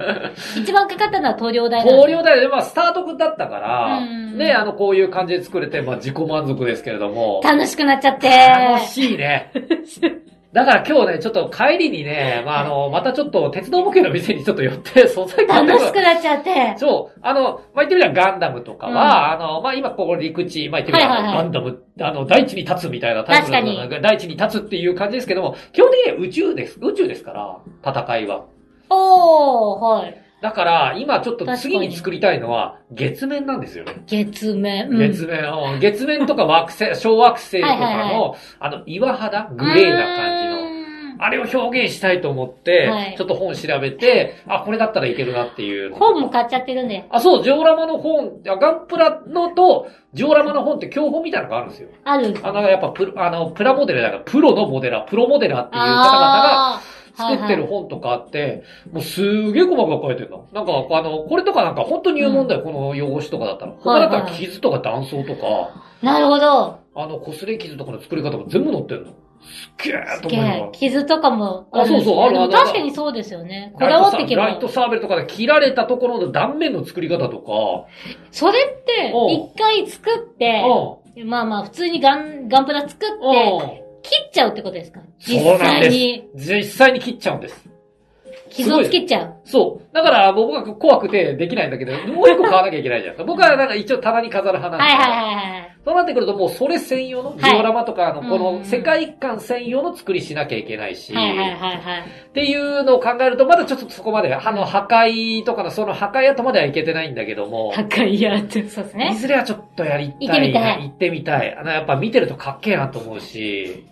S2: 一番かかったのは塗料代
S1: 投
S2: 料
S1: 了代で、まあ、スタートだったから、
S2: うんうんうん
S1: ね、あの、こういう感じで作れて、まあ、自己満足ですけれども。
S2: 楽しくなっちゃって。
S1: 楽しい ね。だから今日ね、ちょっと帰りにね、まあ、あの、またちょっと鉄道模型の店にちょっと寄って、素材買って
S2: 楽
S1: こよ
S2: し
S1: う
S2: くなっちゃって。
S1: そう。あの、まあ、言ってみればガンダムとかは、あの、まあ、今ここ陸地、まあ、言ってみれば、
S2: はいはい
S1: ガ
S2: はい
S1: ンダム、あの、大地に立つみたいなタイプの
S2: 確
S1: 大地に立つっていう感じですけども、基本的には宇宙です。宇宙ですから、戦いは。
S2: おー、はい。
S1: だから、今ちょっと
S2: 確かに
S1: 次に作りたいのは、月面なんですよね。
S2: 月面。うん
S1: 月面、うん月面とか惑星、 小惑星とかの、
S2: はいはいは
S1: あの、岩肌グレーな感じの。
S2: う
S1: あれを表現したいと思って、
S2: はい
S1: ちょっと本調べて、あ、これだったらいけるなっていう
S2: ーん
S1: の。
S2: 本も買っちゃってるんで。
S1: あ、そう、ジオラマの本、あガンプラのと、ジオラマの本って教本みたいなのがあるんですよ。
S2: ある。
S1: あの、やっぱプロ、あの、プラモデルだから、プロのモデラー、プロモデラーっていう方々が、
S2: あー
S1: 作ってる本とかあって、もうすげえ細かく書いてるの。なんか、あの、これとかなんか本当入門だよ、この汚しとかだったら。他だったら傷とか断層とか、
S2: なるほど。
S1: あの、擦れ傷とかの作り方も全部載ってるの。すっげえと
S2: すげ
S1: 思いなが
S2: え傷とかも
S1: あそうそうある
S2: で
S1: あ
S2: も
S1: るある
S2: 確かにそうですよね。こだ
S1: ら。
S2: わっていけ
S1: ライ
S2: ば
S1: ト。サーベルとかで切られたところの断面の作り方とか、
S2: それって、
S1: おう
S2: 一回作って、
S1: う
S2: まあまあ、普通にガン、ガンプラ作っ
S1: ん。
S2: て、
S1: う
S2: 切っちゃうってことですか実
S1: そうなんです
S2: 際に。
S1: ん。実際に切っちゃうんです。
S2: 傷をつけちゃう。
S1: そう。だから僕は怖くてできないんだけど、もう一個買わなきゃいけないじゃん。 僕はなんか一応棚に飾る派なんだ
S2: はいはいはいはい。
S1: そうなってくるともうそれ専用の、
S2: い
S1: ジオラマとかあの、こ
S2: うんう
S1: の
S2: ん
S1: 世界観専用の作りしなきゃいけないし、
S2: はいはいはいはい。
S1: っていうのを考えると、まだちょっとそこまで、あの、破壊とかの、その破壊跡まではいけてないんだけども、
S2: 高いやって。そうです
S1: い
S2: ね。
S1: ずれはち ょっとやりたいな。
S2: 行ってみたい
S1: 行ってみたい。あの、やっぱ見てるとかっけえなと思うし、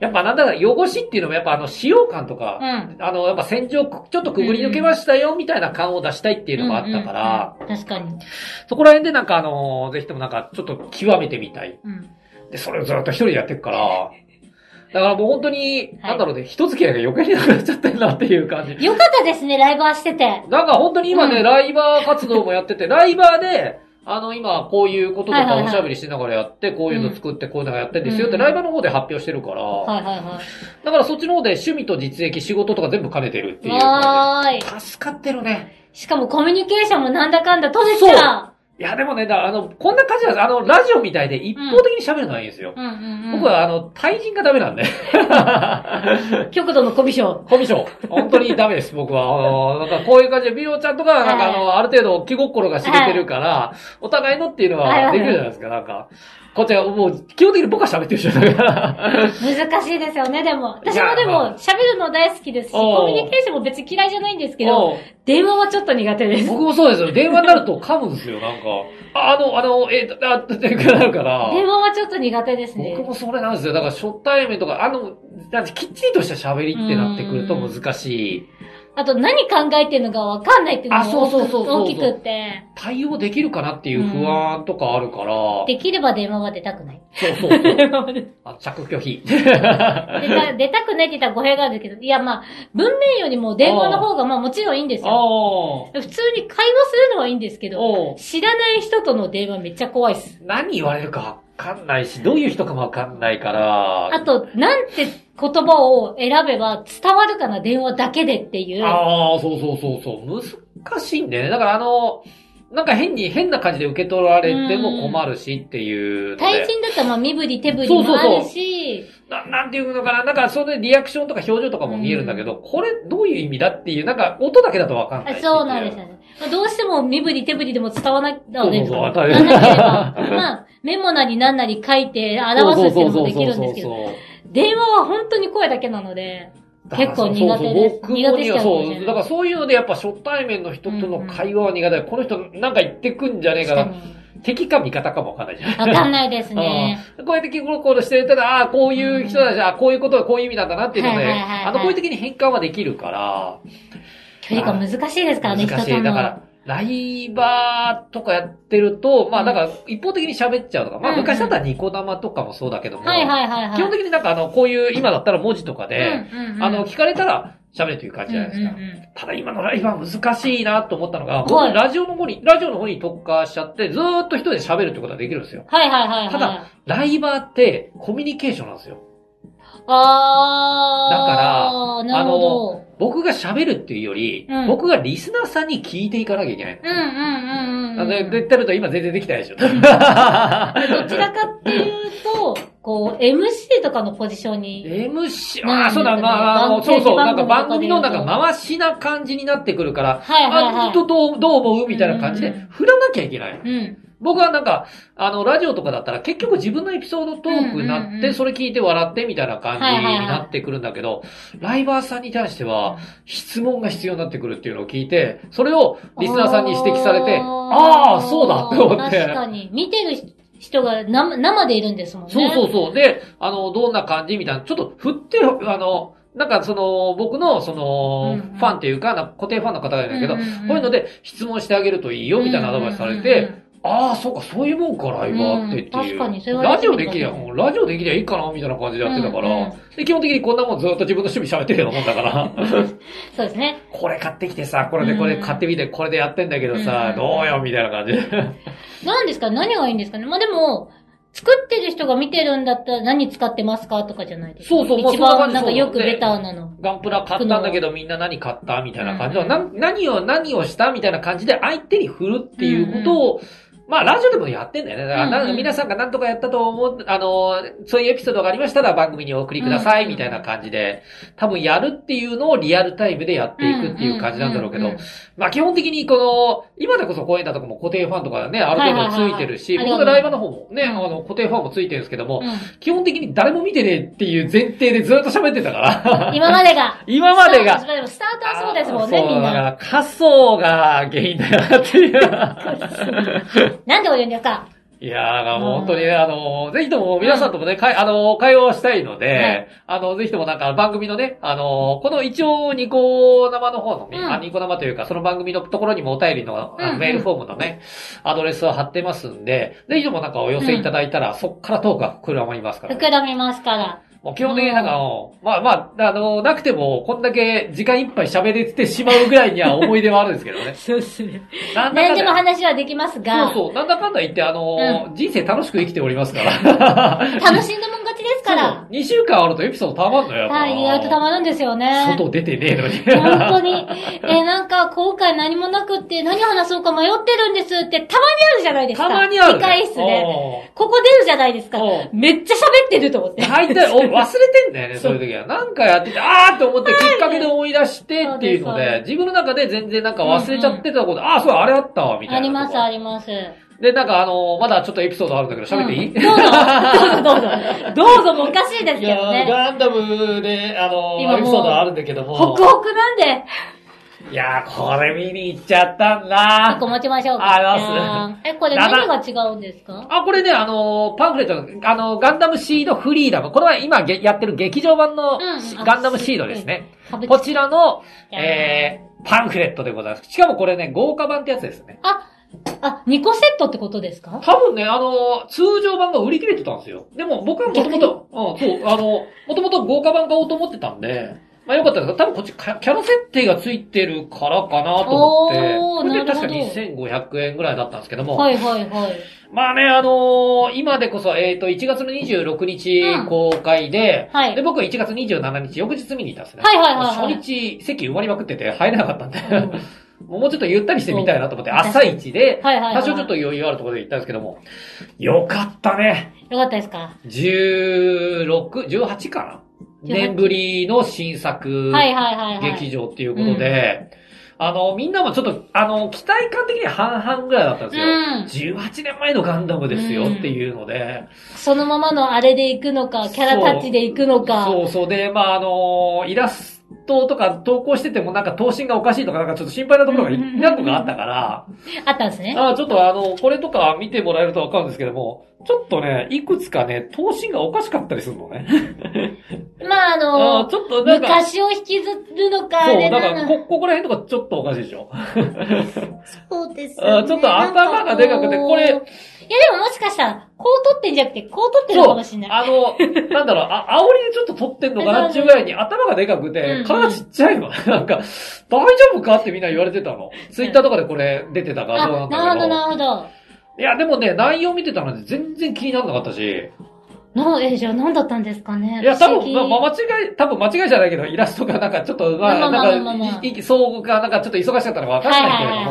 S1: やっぱなんだか汚しっていうのもやっぱあの、使用感とか、
S2: うん
S1: あの、やっぱ戦場く、ちょっとくぐり抜けましたよ、みたいな感を出したいっていうのもあったから、
S2: うんうんうん。確かに。
S1: そこら辺でなんかあの、ぜひともなんか、ちょっと極めてみたい。
S2: うん。
S1: で、それをずっと一人でやってくから、だからもう本当に、
S2: はい
S1: なんだろうね、人付き合いが余計になくなっちゃってるなっていう感じ。
S2: よかったですね、ライブはしてて。
S1: なんか本当に今ね、
S2: うん
S1: ライバー活動もやって て、ライバーで、あの、今、こういうことと
S2: はいは
S1: か
S2: いはい
S1: おしゃべりしながらやって、こういうの作って、こういうのやってんですよって、
S2: うん
S1: ライバーの方で発表してるから、
S2: はいはいは
S1: だからそっちの方で趣味と実益、仕事とか全部兼ねてるって
S2: い。
S1: いう感
S2: わーい。
S1: じ。助かってるね。
S2: しかもコミュニケーションもなんだかんだ取れちゃう。
S1: いや、でもね、だあの、こんな感じなんです。あの、ラジオみたいで一方的に喋るのはいいんですよ。
S2: うんうんうん。
S1: 僕は、あの、対人がダメなんで。
S2: 極度のコミュ障。
S1: コミュ障。本当にダメです、僕は。あ の、なんかこういう感じで、ビオちゃんとか、なんかあの、ある程度気心が知れてるから、お互いのっていうのはできるじゃないですか、なんか。こっちはもう、基本的に僕は喋ってる人だから。
S2: 難しいですよね、でも。私もで
S1: いやま
S2: も、喋るの大好きですし、
S1: おう
S2: コミュニケーションも別に嫌いじゃないんですけ
S1: う
S2: ど、
S1: ん
S2: 電話はちょっと苦手です。
S1: 僕もそうですよ。電話になると噛むんですよ、なんか。ああの、あの、え、だ、だってなるから。
S2: 電話はちょっと苦手ですね
S1: 僕。もそれなんですよ。だから初対面とか、あの、なんてきっちりとした喋りってなってくると難しい。
S2: あと何考えてるのかわかんないっていうの
S1: あそう
S2: も
S1: そうそうそう
S2: 大きくって、
S1: 対応できるかなっていう不安とかあるから。
S2: できれば電話は出たくない。
S1: そう そうそう。
S2: 電話は出た
S1: あ着拒否。
S2: 出た出たくないって言ったら語弊があるけど、いやまあ、文面よりも電話の方がまあもちろんいいんです
S1: あ
S2: よ。
S1: あ。
S2: 普通に会話するのはいいんですけど、
S1: おう
S2: 知らない人との電話めっちゃ怖いっす。
S1: 何言われるかわかんないし、どういう人かもわかんないから。
S2: あと、なんて言葉を選べば伝わるかな、電話だけでっていう。
S1: ああ、そうそうそうそう。難しいんだよね。だからあの、なんか変に、変な感じで受け取られても困るしっていうので。
S2: 対人だったらまあ身振り手振りもあるし、
S1: ななんていうのかななんかそれでリアクションとか表情とかも見えるんだけど、これどういう意味だっていう、なんか音だけだとわかんない
S2: あ
S1: し
S2: そうなんですよね。まあ、どうしても身振り手振りでも伝わらない、あ
S1: そ
S2: ね
S1: うそうそう
S2: 伝 わらなければ、まあ、メモなりなんなり書いて 表すっていうのもできるんですけど、
S1: ど。
S2: 電話は本当に声だけなので、結構苦手です
S1: そうそう僕も
S2: 苦手しちゃうかもしれない
S1: そう、だからそういうのでやっぱ初対面の人との会話は苦手。この人なんか言ってくんじゃねえか
S2: 確か
S1: な。
S2: に。
S1: 敵か味方かもわかんないじゃん。
S2: わかんないですね。
S1: うんこうやってキーコロしてると、ああ、こういう人だし、ああこういうことはこういう意味なんだなっていうの
S2: はい
S1: で、
S2: はいはいはい
S1: あの、こういう時に変換はできるから、
S2: 距離感難しいですからね、人
S1: 難し
S2: と
S1: い。だ
S2: の。
S1: から、ライバーとかやってると、まあ、なんか、一方的に喋っちゃうとか、まあ、
S2: うんうん
S1: 昔だったらニコ生とかもそうだけども、
S2: はいはいはいはい。
S1: 基本的になんか、あの、こういう、今だったら文字とかで、
S2: うんうんうん
S1: あの、、聞かれたら喋るという感じじゃないですか。
S2: うんうんうん
S1: ただ今のライブは難しいなと思ったのが、
S2: い
S1: 僕ラジオの方に、ラジオの方に特化しちゃって、ずーっと一人で喋るってことができるんですよ。
S2: はいはいはいはい。
S1: ただライバーってコミュニケーションなんですよ。
S2: あー、
S1: だから
S2: なるほど。
S1: 僕が喋るっていうより、
S2: うん
S1: 僕がリスナーさんに聞いていかなきゃいけない。
S2: うんうんうんうん。
S1: あので、言
S2: ど
S1: ってると今全然できてないでしょ。
S2: ちらかっていうと、こう、MC とかのポジション に。
S1: MC、
S2: ま
S1: あ
S2: あ
S1: あ、そうだ、
S2: ね
S1: まあ、あの、
S2: 番組
S1: そうそう、なんか
S2: 番
S1: 番組
S2: 組とかで言
S1: の
S2: うと
S1: なんか回しな感じになってくるから、
S2: はいはいは
S1: あ、
S2: い。
S1: どどう、どう思うみたいな感じで
S2: うんうん、
S1: 振らなきゃいけない。
S2: うん。
S1: 僕はなんか、あの、ラジオとかだったら結局自分のエピソードトークになって、
S2: うんうんうん
S1: それ聞いて笑ってみたいな感じになってくるんだけど、ライバーさんに対しては質問が必要になってくるっていうのを聞いて、それをリスナーさんに指摘されて、
S2: ー
S1: ああー、そうだって思っ
S2: 確
S1: て。
S2: かに。見てる人が生生でいるんですもんね。
S1: そうそうそう。で、あの、どんな感じみたいな、ちょっと振ってよ、あの、なんかその、僕の、その、
S2: うんうん
S1: ファンっていうか、なんか固定ファンの方がいるんだけど、
S2: うんうんうん
S1: こういうので質問してあげるといいよみたいなアドバイスされて、
S2: うんうんうんうん
S1: ああ、そうか、そういうもんか、ライブはってっていう。
S2: うん確かにそれは
S1: ラジオできりゃ、
S2: そうだね
S1: ラジオできりゃいいかな、みたいな感じでやってたから、
S2: うんうん
S1: で基本的にこんなもんずっと自分の趣味喋ってるようなもんだ から、
S2: そうですね。
S1: これ買ってきてさ、これでこれ買ってみて、これでやってんだけど
S2: うんう
S1: さ、
S2: ん
S1: どうよ、みたいな感じで。
S2: 何ですか何がいいんですかねまあでも、作ってる人が見てるんだったら何使ってますかとかじゃないですか。
S1: そうそうまあ
S2: 一
S1: そんな感
S2: 番
S1: じ
S2: なんかよく
S1: そう
S2: ベターなの。
S1: ガンプラ買ったんだけど、みんな何買ったみたいな感じの、
S2: うん
S1: な何を、何をしたみたいな感じで相手に振るっていうことを、まあ、ラジオでもやってんだよね。だから、
S2: うん
S1: な
S2: うん
S1: 皆さんが何とかやったと思う、あの、そういうエピソードがありましたら番組にお送りくださ
S2: う
S1: い、
S2: んうん
S1: みたいな感じで、多分やるっていうのをリアルタイムでやっていくっていう感じなんだろうけ
S2: ん
S1: ど
S2: んん、う
S1: まあ、基本的にこの、今でこそ公演だとかも固定ファンとかね、ある程度ついてるし、
S2: はいはいはいはい
S1: 僕のライブの方もね、
S2: う
S1: あ
S2: ん
S1: の、固定ファンもついてるんですけども、
S2: んうん
S1: 基本的に誰も見てねえっていう前提でずっと喋ってたから。
S2: 今までが。
S1: 今まで
S2: ス
S1: が。
S2: タートスタートはそうですもんね、
S1: そう
S2: み
S1: だ
S2: ん
S1: か
S2: な。
S1: ら、仮想が原因だなっていう。
S2: なんで言うんですか
S1: いやー、もう本当にね、あの、ぜひとも皆さんともね、かいあ の、会話をしたいので、あの、ぜひともなんか番組のね、あの、この一応、ニコ生の方のね、
S2: うん
S1: あニコ生というか、その番組のところにもお便りの、あ
S2: うん
S1: メールフォームのね、アドレスを貼ってますんで、ぜひともなんかお寄せいただいたら、そっからトークが膨らまりますからね、
S2: 膨らみますから。。
S1: もう基本的になんか、まあまあ、あの、なくても、こんだけ時間いっぱい喋れてしまうぐらいには思い出はあるんですけどね
S2: そうですね。
S1: なんだか
S2: 何
S1: ん
S2: でも
S1: だ。
S2: 話はできます
S1: そ
S2: が、
S1: うそう、なんだかんだ言って、あの、人生楽しく生きております から。
S2: 楽しんだもん勝ちですから。
S1: 2週間あるとエピソードたまんのよ。
S2: はい、意外とたまるんですよね。
S1: 外出てねえのに。
S2: 本当に。え、なんか、後悔何もなくって、何話そうか迷ってるんですって、たまにあるじゃないです か。
S1: たまにある。
S2: 理解室で。
S1: ね。
S2: ここ出るじゃないですか
S1: おう。
S2: めっちゃ喋ってると思って。
S1: 大体、お忘れてんだよね、そういう時は。なんかやってて、あーって思って、きっかけで思い出してっていうの
S2: そうですそう
S1: で、自分の中で全然なんか忘れちゃってたこと、あー、そう、あれあったわ、みた
S2: あ
S1: いな
S2: り
S1: とこ。
S2: ます、あります。
S1: で、なんかあの、まだちょっとエピソードあるんだけど、喋っていい、
S2: うんどうぞ、どうぞ、どうぞ。どうぞもおかしいです
S1: い
S2: けど
S1: やー
S2: ね。
S1: ガンダムで、あの
S2: 今
S1: ー、
S2: もう
S1: エピソードあるんだけど
S2: ホ
S1: も
S2: ク。ホクなんで、
S1: いやー、これ見に行っちゃったんだ
S2: 一。個持ちましょうか。
S1: ありま
S2: え、これ何が違うんですか
S1: あ、これね、あのー、パンフレット、あのー、ガンダムシードフリーダム。これは今げやってる劇場版の
S2: うん
S1: ガンダムシードですね。
S2: 歌舞
S1: こ
S2: 伎
S1: ちらの、
S2: じゃん
S1: えー、パンフレットでございます。しかもこれね、豪華版ってやつですね。
S2: あ、あ、2個セットってことですか
S1: 多分ね、あのー、通常版が売り切れてたんですよ。でも僕はもともと、うん、そう、あのー、もともと豪華版買おうと思ってたんで、まあよかったです多分こっちかキャラ設定がついてるからかなと思って、
S2: おー
S1: これで確か
S2: なる
S1: 2500円ぐらいだったんですけども、
S2: はいはいはい。
S1: まあね、あのー今でこそ、えっ、と、1月の26
S2: う
S1: 日
S2: ん
S1: 公開で、
S2: はい
S1: で、僕は1月27日、翌日見に行ったんですね。
S2: はいはいはいはい
S1: 初日、席埋まりまくってて入れなかったんで、
S2: うん
S1: もうちょっとゆったりしてみたいなと思って、
S2: うん
S1: 朝一で、
S2: はいはいはい
S1: 多少ちょっと余裕あるところで行ったんですけども、よかったね。
S2: よかったですか
S1: 16、18かな
S2: 18
S1: 年ぶりの新作
S2: はいはいはいはい。
S1: 劇場っていうことで、あの、みんなもちょっと、あの、期待感的には半々ぐらいだったんですよ。18年前のガンダムですよ
S2: うん
S1: っていうので、
S2: うん。そのままのあれで行くのか、キャラタッチで行くのか。
S1: そうそうで、まあ、あのイラストとか投稿しててもなんか答申がおかしいとかなんかちょっと心配なところがい
S2: うんうんうんうん
S1: 何個かあったから、
S2: あったんですね。
S1: あーちょっとあの、これとか見てもらえるとわかるんですけども、ちょっとね、いくつかね、答申がおかしかったりするのね。
S2: まあ、あ
S1: あー
S2: の
S1: ちょっとなんか、
S2: 昔を引きずるのか、あ
S1: そう、
S2: れ
S1: な
S2: な
S1: か
S2: んの
S1: こ、ここら辺とかちょっとおかしいでしょ。
S2: そうですよね、
S1: あーちょっと頭がでかくて
S2: なん
S1: これ
S2: いやでももしかしたら、こう撮ってんじゃなくて、こう撮ってるのかもしれない。
S1: あ の、なんだろう、あ、煽りでちょっと撮ってんのかなっていうぐらいに頭がでかく
S2: うんう
S1: て
S2: ん、
S1: 体ちっちゃいの。 なんか、大丈夫かってみんな言われてたの。ツイッターとかでこれ出てたからどうな
S2: あ、
S1: ん
S2: なる
S1: だ
S2: ほ
S1: け
S2: ど、
S1: ど。
S2: なるほど。
S1: いや、でもね、内容見てたので全然気にならなかったし。
S2: な、え、じゃあ何だったんですかね
S1: いや、多
S2: 不
S1: 分、
S2: 思議
S1: まあ、まあ間違い、多分間違いじゃないけど、イラストがなんかちょっと、ま
S2: ま
S1: あ、
S2: あまあまあ
S1: な
S2: まあ
S1: ん
S2: まあ
S1: か、いい相互がなんかちょっと忙しかったのかわかんないけれども。
S2: い。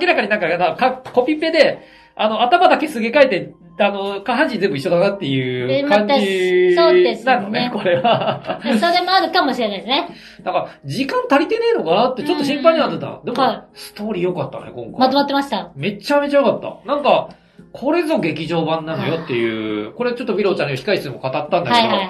S1: 明らかになんかなか、コピペで、あの、頭だけすげ替えて、あの、下半身全部一緒だなってい
S2: え
S1: う
S2: ま
S1: 感
S2: た
S1: じ
S2: そうです
S1: な
S2: よね
S1: のね、これは。
S2: それもあるかもしれないですね。
S1: だから、時間足りてねえのかなってちょっと心配になってた。でも、
S2: はい
S1: ストーリー良かったね、今
S2: まと
S1: 回。
S2: まってました。
S1: めちゃめちゃ良かった。なんか、これぞ劇場版なのよっていう、これちょっとビローちゃんの控室でも語ったんだけど、
S2: はいはいはい。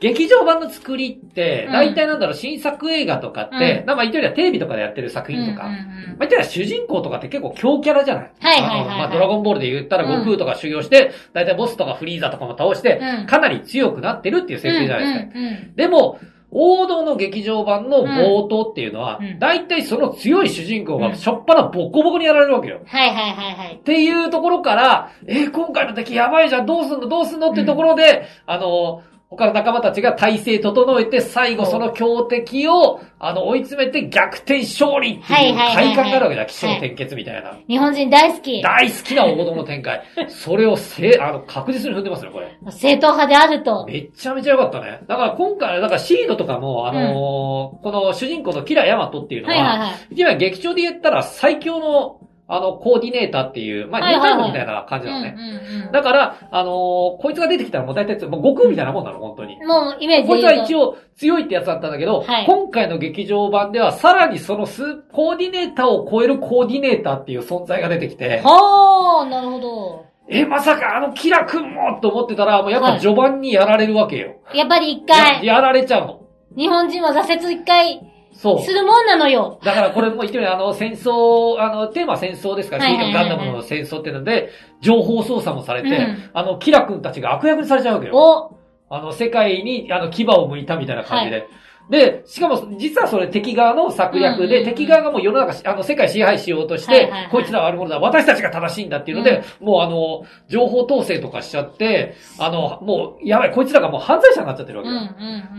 S1: 劇場版の作りって
S2: う、ん
S1: 大体なんだろう、新作映画とかって、
S2: う
S1: なんか言ってみりゃテレビとかでやってる作品とか、
S2: うんうん
S1: まあ、言ったら主人公とかって結構強キャラじゃない
S2: はいはいはいはい
S1: あのまあ、ドラゴンボールで言ったら
S2: うん
S1: 悟空とか修行して、だいたいボスとかフリーザとかも倒して、
S2: うん
S1: かなり強くなってるっていう設定じゃないですか。
S2: うんうんうん
S1: でも、王道の劇場版の冒頭っていうのは
S2: うんうん、
S1: だいたいその強い主人公
S2: う
S1: が
S2: ん
S1: しょっぱなボコボコにやられるわけよ。
S2: はいはいはいはい
S1: っ。ていうところから、えー今回の敵やばいじゃん、どうすんの、どうすんのっていうところで、あの、他の仲間たちが体制整えて、最後その強敵を、あの、追い詰めて逆転勝利っていう
S2: はいはいはいは
S1: 快
S2: い
S1: 感があるわけだ、気象転結みたいな。
S2: 日本人大好き。
S1: 大好きな王道の展 開。それをせ、あの、確実に踏んでますね、これ。
S2: 正統派であると。
S1: めっちゃめちゃ良かったね。だから今回、だからシードとかも、あのーこの主人公のキラヤマトっていうの
S2: は
S1: は、
S2: いはいはい。
S1: 今劇中で言ったら最強の、あの、コーディネーターっていう、まあ、
S2: はい
S1: ニュー
S2: はい
S1: タイ
S2: はい
S1: ムみたいな感じなのね。
S2: うんうんうん
S1: だから、あのーこいつが出てきたらもう大体、もう悟空みたいなもんなの、本当に。
S2: もうイメージ
S1: こいつは一
S2: 応。
S1: 応強いってやつだったんだけど、
S2: はい
S1: 今回の劇場版ではさらにそのスーコーディネーターを超えるコーディネーターっていう存在が出てきて、
S2: はー、なるほど。
S1: え、まさかあのキラ君もと思ってたら、もうやっ
S2: は
S1: ぱ
S2: い
S1: 序盤にやられるわけよ。
S2: やっぱり一
S1: や
S2: 回、
S1: やられちゃうの。
S2: 日本人は挫折一回
S1: そう
S2: す。るもんなのよ。
S1: だからこれも言ってみれば、あの、戦争、あの、テーマは戦争ですから、
S2: は
S1: シ
S2: い
S1: ー
S2: はい
S1: ド
S2: はい
S1: ガ
S2: は
S1: ン
S2: い
S1: ダムの戦争っていうので、情報操作もされて、
S2: うん
S1: あの、キラ君たちが悪役にされちゃうわけよ。
S2: お、
S1: あの、世界に、あの、牙を剥いたみたいな感じで。で、しかも、実はそれ敵側の策略
S2: うんうん
S1: で、
S2: うん
S1: 敵側がもう世の中、あの、世界支配しようとして、
S2: はいはいはい
S1: こいつらは悪者だ、私たちが正しいんだっていうので、もうあの、情報統制とかしちゃって、あの、もう、やばい、こいつらがもう犯罪者になっちゃってるわ
S2: うん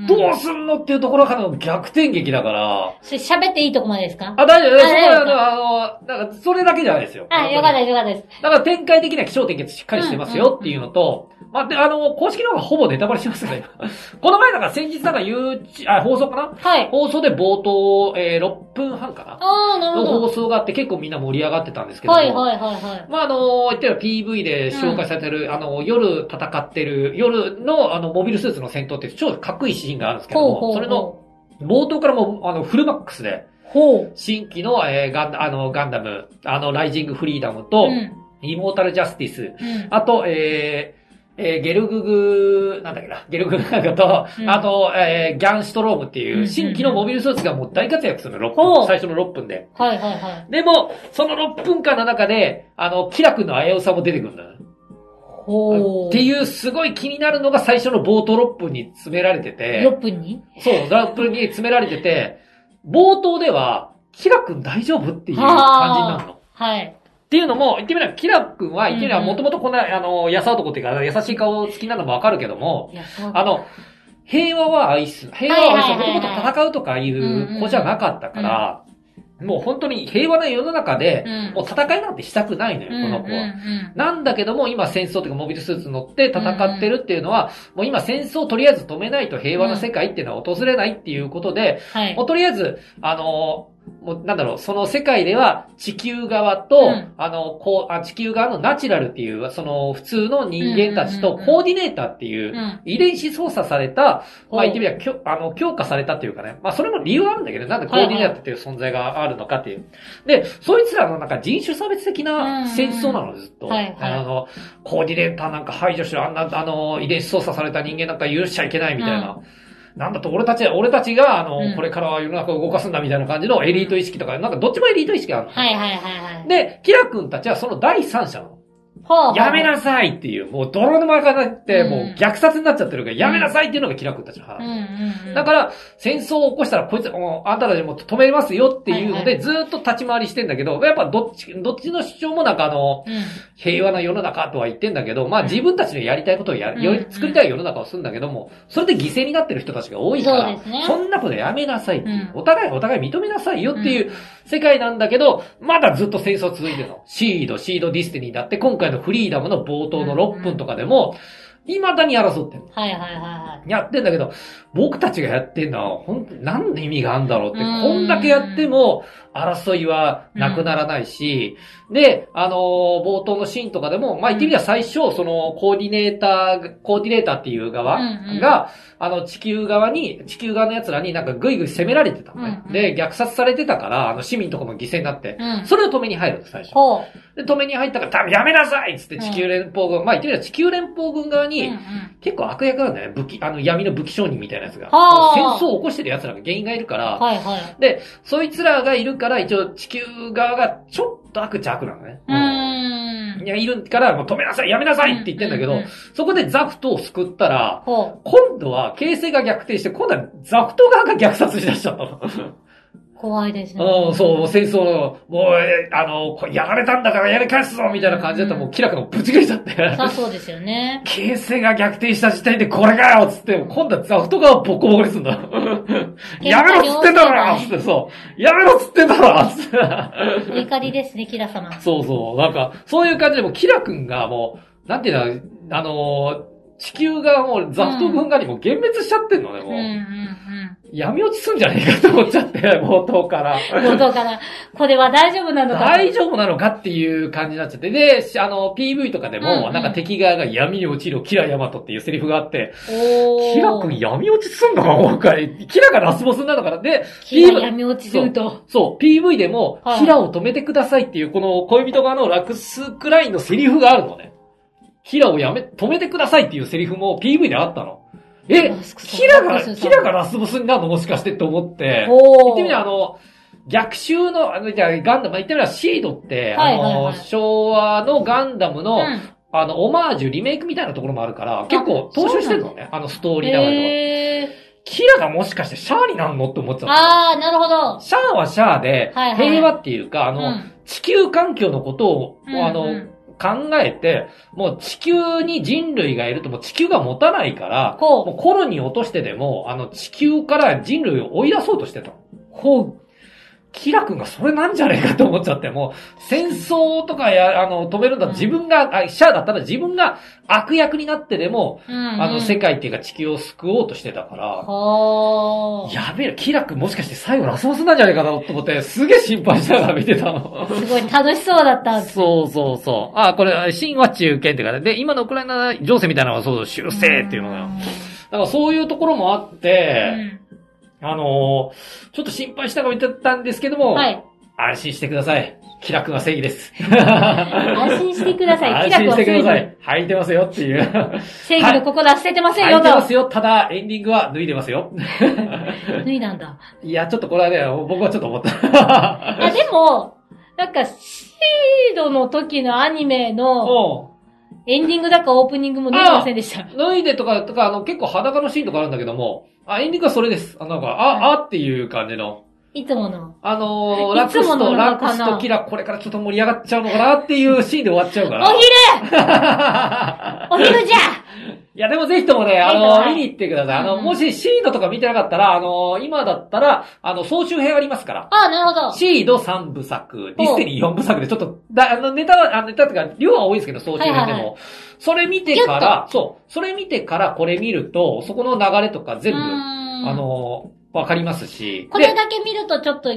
S1: け
S2: う
S1: よ。ど
S2: んうん。
S1: うすんのっていうところからの逆転劇だから、
S2: それ喋っていいとこまでですか
S1: あ、大丈夫です。そこ
S2: あ
S1: は、あの、なんか、それだけじゃないですよ。
S2: あ、よかったですよかったです。
S1: だから展開的には気象点結しっかりしてますよっていうのと、まあ、で、あの、公式の方がほぼネタバレしますね。 この前なんか先日なんか YouTube、あ、放送かな
S2: はい。
S1: 放送で冒頭、えー、6分半かな
S2: あー、なる
S1: の
S2: ほ
S1: 放送があって結構みんな盛り上がってたんですけ
S2: ど。
S1: ども。
S2: はいはいはいはい。
S1: まあ、あの、言ってる PV で紹介されてる、あの、夜戦ってる、夜の、あの、モビルスーツの戦闘って超かっこいいシーンがあるんですけど
S2: ほう
S1: も、
S2: ほうほう。
S1: それの、冒頭からもう、あの、フルマックスで、
S2: ほう。
S1: 新規の、えーガンダあのガンダム、あの、ライジングフリーダムと、
S2: うん。
S1: イモータルジャスティス、
S2: うん。
S1: あと、えーえーゲルググ、なんだっけな、ゲルググなんかと、
S2: うん
S1: あと、えーギャンシュトロームって
S2: うんうん
S1: いうう、
S2: ん
S1: 新規のモビルスーツがもう大活躍するの、6
S2: ほ
S1: 分、
S2: う
S1: 最初の6分で。
S2: はいはいはい。
S1: でも、その6分間の中で、あの、キラ君の危うさも出てくるんだよ。
S2: ほう。
S1: って
S2: う。
S1: いう、すごい気になるのが最初の冒頭6分に詰められてて。
S2: 6分に
S1: そう、ラップに詰められてて、冒頭では、キラ君大丈夫っていう感じになるの。っ
S2: はい。
S1: ていうのも、言ってみれば、キラ君は、言ってみれば、
S2: うんうん
S1: もともとこんな、あの、優男っていうか、優しい顔好きなのもわかるけども、
S2: いや、そう
S1: あの、平和は愛す、平和は愛す、
S2: はい
S1: も
S2: はい
S1: と
S2: はいはい
S1: もと戦うとかい
S2: んう
S1: うん子じゃなかったから、もう本当に平和な世の中で、
S2: うん
S1: もう戦いなんてしたくないのよ、この子は。
S2: は。
S1: なんだけども、今戦争というかモビルスーツ乗って戦ってるっていうのは、もう今戦争をとりあえず止めないと平和な世界っていうのは訪れないっていうことで、
S2: はい
S1: も。うとりあえず、あのーもうなんだろう、その世界では地球側と、
S2: うん
S1: あの、こうあ、地球側のナチュラルっていう、その普通の人間たち
S2: うん
S1: と
S2: うんうんうん
S1: コーディネーターっていうう、
S2: ん。
S1: 遺伝子操作された、まあ言ってみれ
S2: み
S1: ばきょ、あの、強化されたっていうかね。まあそれも理由はあるんだけど、なんでコーディネーターっていう存在があるのかっていう。で、そいつらのなんか人種差別的な戦争なの、ずっと。
S2: はいはい
S1: あの、コーディネーターなんか排除しろ、あんな、あの、遺伝子操作された人間なんか許しちゃいけないみたいな。なんだと、俺たち、俺たちが、あの、
S2: うん
S1: これからは世の中を動かすんだみたいな感じのエリート意識とか、なんかどっちもエリート意識があるの。
S2: はいはいはいはい。
S1: で、キラ君たちはその第三者の、
S2: ほうほう
S1: やめなさいっていう、もう泥沼化になって、
S2: うん
S1: もう虐殺になっちゃってるから、やめなさいっていうのがキラ君たちの
S2: う
S1: 話
S2: ん。うんうん。
S1: だから、戦争を起こしたら、こいつ、もうあんたたちも止めますよっていうの
S2: はい
S1: で、ずーっと立ち回りしてんだけど、やっぱどっち、どっちの主張もなんかあの、
S2: うん、
S1: 平和な世の中とは言ってんだけど、まあ
S2: うん
S1: 自分たちのやりたいことをや、
S2: うん
S1: より作りたい世の中をするんだけども、それで犠牲になってる人たちが多いか
S2: そう
S1: ら、
S2: ですね
S1: そんなことやめなさいっていう、
S2: うん
S1: お互い、お互い認めなさいよっていう世界なんだけど、まだずっと戦争続いてるの。シード、シードディスティニーだって、今回のフリーダムの冒頭の6分とかでも、未だに争ってる。
S2: はいはいはいはい。
S1: やってんだけど、僕たちがやってんのは、ほんと、なんで意味があるんだろうって、
S2: うん
S1: こんだけやっても、争いはなくならないし、で、あのー冒頭のシーンとかでも、まあ言ってみれば最初、その、コーディネーター、コーディネーターっていう側が、
S2: うんうん
S1: あの、地球側に、地球側の奴らになんかぐいぐい攻められてたのね。
S2: うんうん
S1: で、虐殺されてたから、あの、市民とかも犠牲になって、
S2: うん。
S1: それを止めに入るの最初。
S2: ほう。
S1: で、止めに入ったから、多分やめなさいっつって地球連邦軍、まあ言ってみれば地球連邦軍側に、
S2: うんうん
S1: 結構悪役なんだよね。武器、あの闇の武器商人みたいなやつが。
S2: はあ
S1: 戦争を起こしてる奴らが原因がいるから、
S2: はいはい。
S1: で、そいつらがいるから、一応地球側がちょっと悪邪悪なのね。
S2: うー
S1: い
S2: ん。
S1: や、いるから、もう止めなさい、やめなさいって言ってんだけど、
S2: ううう
S1: そこでザフトを救ったら、
S2: ほ
S1: 今度は形勢が逆転して、今度はザフト側が虐殺しだしちゃったの。
S2: う。怖いですね。
S1: うん、そう、もう戦争の、もう、えあの、これやられたんだからやり返すぞみたいな感じだったら、もうキラ君もぶち切れちゃ って。
S2: さあそうですよね。
S1: 形勢が逆転した時点でこれかよっつって、今度はザフトがボコボコにすん だ。やめろっつってんだろっつって、そう。やめろっつってんだろっつって。
S2: お怒りですね、キラ様。
S1: そうそう。なんか、そういう感じで、もうキラ君がもう、なんていうの、あのー地球がもうザフト軍側にもう幻滅しちゃってんのね、
S2: うんう
S1: も
S2: ん
S1: う。
S2: うん。
S1: 闇落ちすんじゃねえかと思っちゃって、 冒頭から。
S2: 冒頭から、これは大丈夫なのか。
S1: 大丈夫なのかっていう感じになっちゃって。で、しあの、PV とかで
S2: うん
S1: も、
S2: うん
S1: なんか敵側が闇に落ちるキラヤマトっていうセリフがあって、
S2: おー。
S1: キラ君闇落ちすんのか今回。キラがラスボスになるのから。で、
S2: キラ闇落ちすると。
S1: そう、PV でも
S2: は、い
S1: キラを止めてくださいっていう、この恋人側のラクスクラインのセリフがあるのね。キラをやめ、止めてくださいっていうセリフも PV であったの。え
S2: ラス、クさん
S1: キラ
S2: ラ
S1: が、
S2: クスさん
S1: キラがラスボスになるのもしかしてって思って、言
S2: おー。
S1: ってみればあの、逆襲の、あの、じゃあガンダム、まあ言ってみればシードって、あ
S2: はいはいは
S1: の、
S2: い
S1: 昭和のガンダムの、
S2: うん
S1: あの、オマージュ、リメイクみたいなところもあるから、結構踏襲してるのね。あの、ストーリー流れとか。
S2: へー。
S1: キラがもしかしてシャアになるのって思っちゃった。
S2: あー、なるほど。
S1: シャアはシャアで、
S2: はいはい
S1: 平和っていうか、あの、
S2: うん
S1: 地球環境のことを、
S2: うん
S1: あの、
S2: うん
S1: 考えて、もう地球に人類がいるともう地球が持たないから、
S2: ほう
S1: もうコロニーを落としてでも、あの、地球から人類を追い出そうとしてた。ほう。キラ君がそれなんじゃねえかと思っちゃって、もう、戦争とかや、あの、止めるんだ、
S2: うん
S1: 自分が、あシャアだったら自分が悪役になってでも、
S2: うん。
S1: あの、世
S2: 界。
S1: 界っていうか地球を救おうとしてたから、
S2: ほ ー。
S1: やべえ、キラ君もしかして最後ラスボスなんじゃないかなと思って、すげえ心配しながら見てたの。
S2: すごい楽しそうだっ た。
S1: そうそうそう。あ、これ、真は中堅って感じで、今のウクライナ情勢みたいなのはそう、修正っていうのが。だからそういうところもあって、あのーちょっと心配したがら見てたんですけど
S2: う
S1: も、
S2: んはい。
S1: 安心してください。キラ君は正義です。
S2: 安心してください。
S1: 安
S2: キラ
S1: 心し
S2: 君は
S1: てくださ
S2: 正義。
S1: い。履いてますよ っていう。
S2: 正義の心は捨ててません
S1: 履
S2: よ
S1: いてま
S2: と。
S1: すよ。ただ、エンディングは脱いでますよ。
S2: 脱いだんだ。
S1: いや、ちょっとこれはね、僕はちょっと思った。
S2: あ、でも、なんか、シードの時のアニメの
S1: うん
S2: エンディングだかオープニングも出てませんでした。
S1: 脱いでとか、とか、あの、結構裸のシーンとかあるんだけども、あ、エンディングはそれです。あ、なんか、あ、あっていう感じの。
S2: いつもの。
S1: あのー、ラ
S2: い
S1: ク
S2: つ
S1: ス
S2: もの
S1: と、
S2: な
S1: ラ
S2: のか
S1: ク
S2: な
S1: スとキラ、これからちょっと盛り上がっちゃうのかなっていうシーンで終わっちゃうか
S2: お
S1: ら。
S2: 昼お昼じゃ
S1: いや、でもぜひともね、あ
S2: は
S1: の
S2: いは
S1: ー、
S2: い
S1: 見に行ってください。あの、
S2: うん
S1: もしシードとか見てなかったら、あのー、今だったら、あの、総集編ありますから。
S2: あ、なるほど。
S1: シード3部作、ディスティニー4部作で、ちょっと、だあの、ネタは、あのネタっていうか、量は多いですけど、総集編でも。
S2: はいはいは
S1: それ見てから、そう、それ見てからこれ見ると、そこの流れとか全部、あ
S2: あ、
S1: の、わかりますし。
S2: これ
S1: で、
S2: だけ見るとちょっと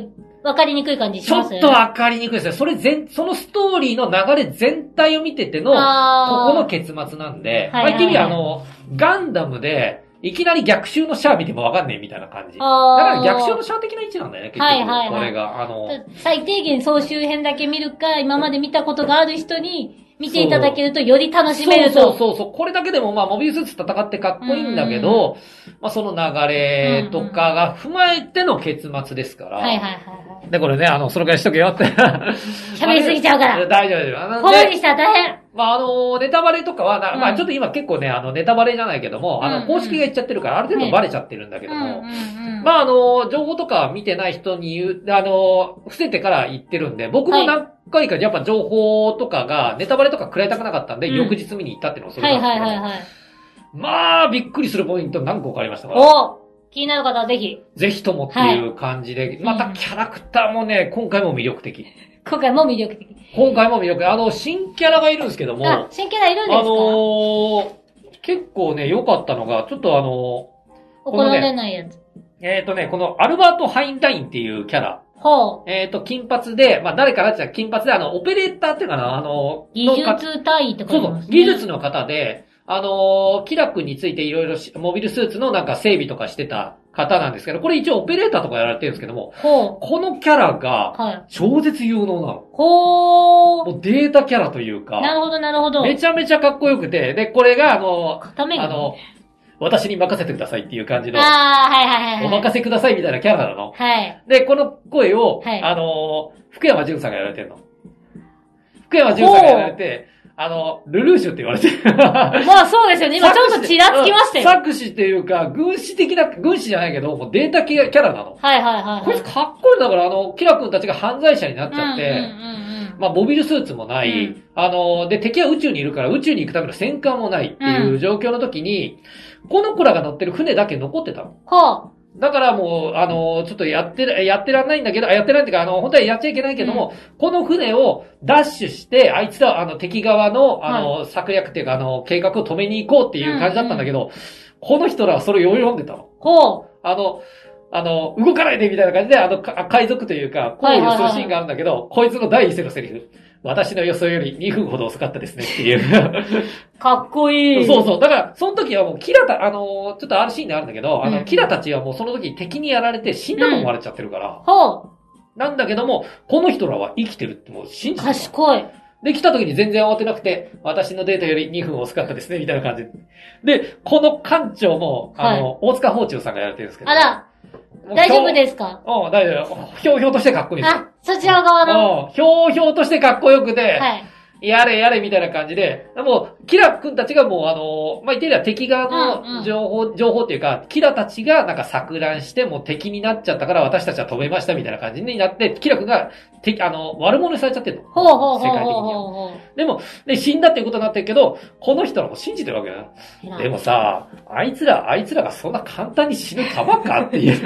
S2: 分かりにくい感じし
S1: ちょ
S2: ます
S1: っとわかりにくいですね。それ全、そのストーリーの流れ全体を見てての、こ
S2: あ
S1: この
S2: ー
S1: 結末なんで、
S2: は
S1: ま
S2: いはいはい
S1: あ言ってみればあの、ガンダムで、いきなり逆襲のシャア見てもわかんねえみたいな感じ。だか
S2: あ
S1: ら
S2: ー
S1: 逆襲のシャア的な位置なんだよね、結局。
S2: はいはいはい
S1: これが、あの、
S2: 最低限総集編だけ見るか、今まで見たことがある人に、見ていただけるとより楽しめると。
S1: そうそうそうそう。これだけでも、まあ、モビルスーツ戦ってかっこいいんだけど、まあ、その流れとかが踏まえての結末ですから。
S2: はいはいはいはい。
S1: で、これね、あの、そのくらいしとけよって。喋
S2: 喋りすぎちゃうか ら。
S1: 大丈夫大丈夫。あの
S2: こういうふうに
S1: ね、
S2: したら大変。
S1: まあ、あの、ネタバレとかはな、
S2: うん
S1: まあ、ちょっと今結構ね、あの、ネタバレじゃないけども、あ
S2: うんう
S1: の、
S2: ん
S1: 公式が言っちゃってるから、ある程度バレちゃってるんだけど
S2: うん
S1: も。
S2: うんうん。
S1: まあ、あの、情報とか見てない人に言う、あの、伏せてから言ってるんで、僕も何回かやっぱ情報とかが、ネタバレとか食らいたくなかったんで、
S2: うん
S1: 翌日見に行ったっていうのもそれ
S2: は
S1: なん
S2: い
S1: ですけ
S2: はい
S1: ど
S2: はいはい。
S1: まあ、びっくりするポイント何個かありましたから、
S2: お気になる方はぜひ。
S1: ぜひともっていう感じで、またキャラクターもね、今回も魅力的。
S2: 今回も魅力的。
S1: 今回も魅力。あの、新キャラがいるんですけども、
S2: あ
S1: あ、
S2: 新キャラいるんですか、
S1: のー、結構ね、良かったのが、ちょっとあの
S2: お好みでないやつ。
S1: ー、えっ、とね、このアルバート・ハインタインっていうキャラ、
S2: ほう。
S1: えっ、と、金髪で、まあ、誰かなっちゃ金髪で、あの、オペレーターっていうかな、あの、
S2: 技
S1: のか
S2: 術単位ってこ
S1: そ
S2: と
S1: う
S2: か
S1: そう、技術の方で、あのー、キラ君についていろいろしモビルスーツのなんか整備とかしてた方なんですけど、これ一応オペレーターとかやられてるんですけども、
S2: ほ
S1: このキャラが、
S2: う。はい。
S1: 超絶有能なの。
S2: ほう。
S1: もうデータキャラというか、
S2: なるほど、なるほど。
S1: めちゃめちゃかっこよくて、で、これが、あの、
S2: 固めが
S1: あの、私に任せてくださいっていう感じの、
S2: あー、はいはいはい。
S1: お任せくださいみたいなキャラなの。
S2: せ。はい。
S1: で、この声を、
S2: はい
S1: あの、福山潤さんがやられてるの。福山潤さんがやられて、あの、ルルーシュって言われてる。
S2: まあそうですよね。 今ちょっとちらつきましたよ。
S1: 作詞っていうか、軍師的な、軍師じゃないけど、もうデータ系キャラなの。
S2: はいはいはい。
S1: これかっこいいだから、あの、キラ君たちが犯罪者になっちゃって、
S2: うんうんうんうん
S1: まあ、モビルスーツもない、
S2: うん
S1: あの、で、敵は宇宙にいるから宇宙に行くための戦艦もないっていう状況の時に、この子らが乗ってる船だけ残ってたの。
S2: ほう。
S1: だからもう、あの、ちょっとやってら、やってらんないんだけど、あやってないっていうか、あの、本当はやっちゃいけないけども、この船をダッシュして、あいつら、あの、敵側の、あの、策略っていうか、あの、計画を止めに行こうっていう感じだったんだけど、この人らはそれを読んでたの。
S2: ほう。
S1: あの、あの、動かないでみたいな感じで、あの、か海賊というか、行為をするシーンがあるんだけど、こいつの第一声のセリフ。私の予想より2分ほど遅かったですねっていう。
S2: かっこいい。
S1: そうそう。だから、その時はもう、キラた、あの、ちょっとあるシーンであるんだけど、あの、
S2: うん
S1: キラたちはもうその時敵にやられて死んだと思われちゃってるから、
S2: ほ
S1: なんだけども、この人らは生きてるってもう信
S2: う。
S1: じてる。
S2: 賢い。
S1: で、来た時に全然慌てなくて、私のデータより2分遅かったですね、みたいな感じで。で、この艦長も、あの、大塚宝中さんがやられてるんですけど。
S2: あら、
S1: もう
S2: 大丈夫ですか
S1: うん、大丈夫。ひょうひょうとしてかっこいいです。
S2: あ、そちら側の。
S1: うん、ひょうひょうとしてかっこよくて、
S2: はい。
S1: やれやれみたいな感じで、もう、キラ君たちがもう、あの、まあ、言ってみれば敵側
S2: うんう
S1: の
S2: ん
S1: 情報、情報っていうか、キラたちがなんか錯乱して、もう敵になっちゃったから私たちは止めましたみたいな感じになって、キラ君が、敵、あの、悪者にされちゃってるの。
S2: ほうほうほう
S1: 世界的に
S2: ほう
S1: は。
S2: ほうほ
S1: でも、で、死んだっていうことになってるけど、この人らも信じてるわけだよ。
S2: う。
S1: でもさ、あいつら、あいつらがそんな簡単に死ぬ玉かっていう。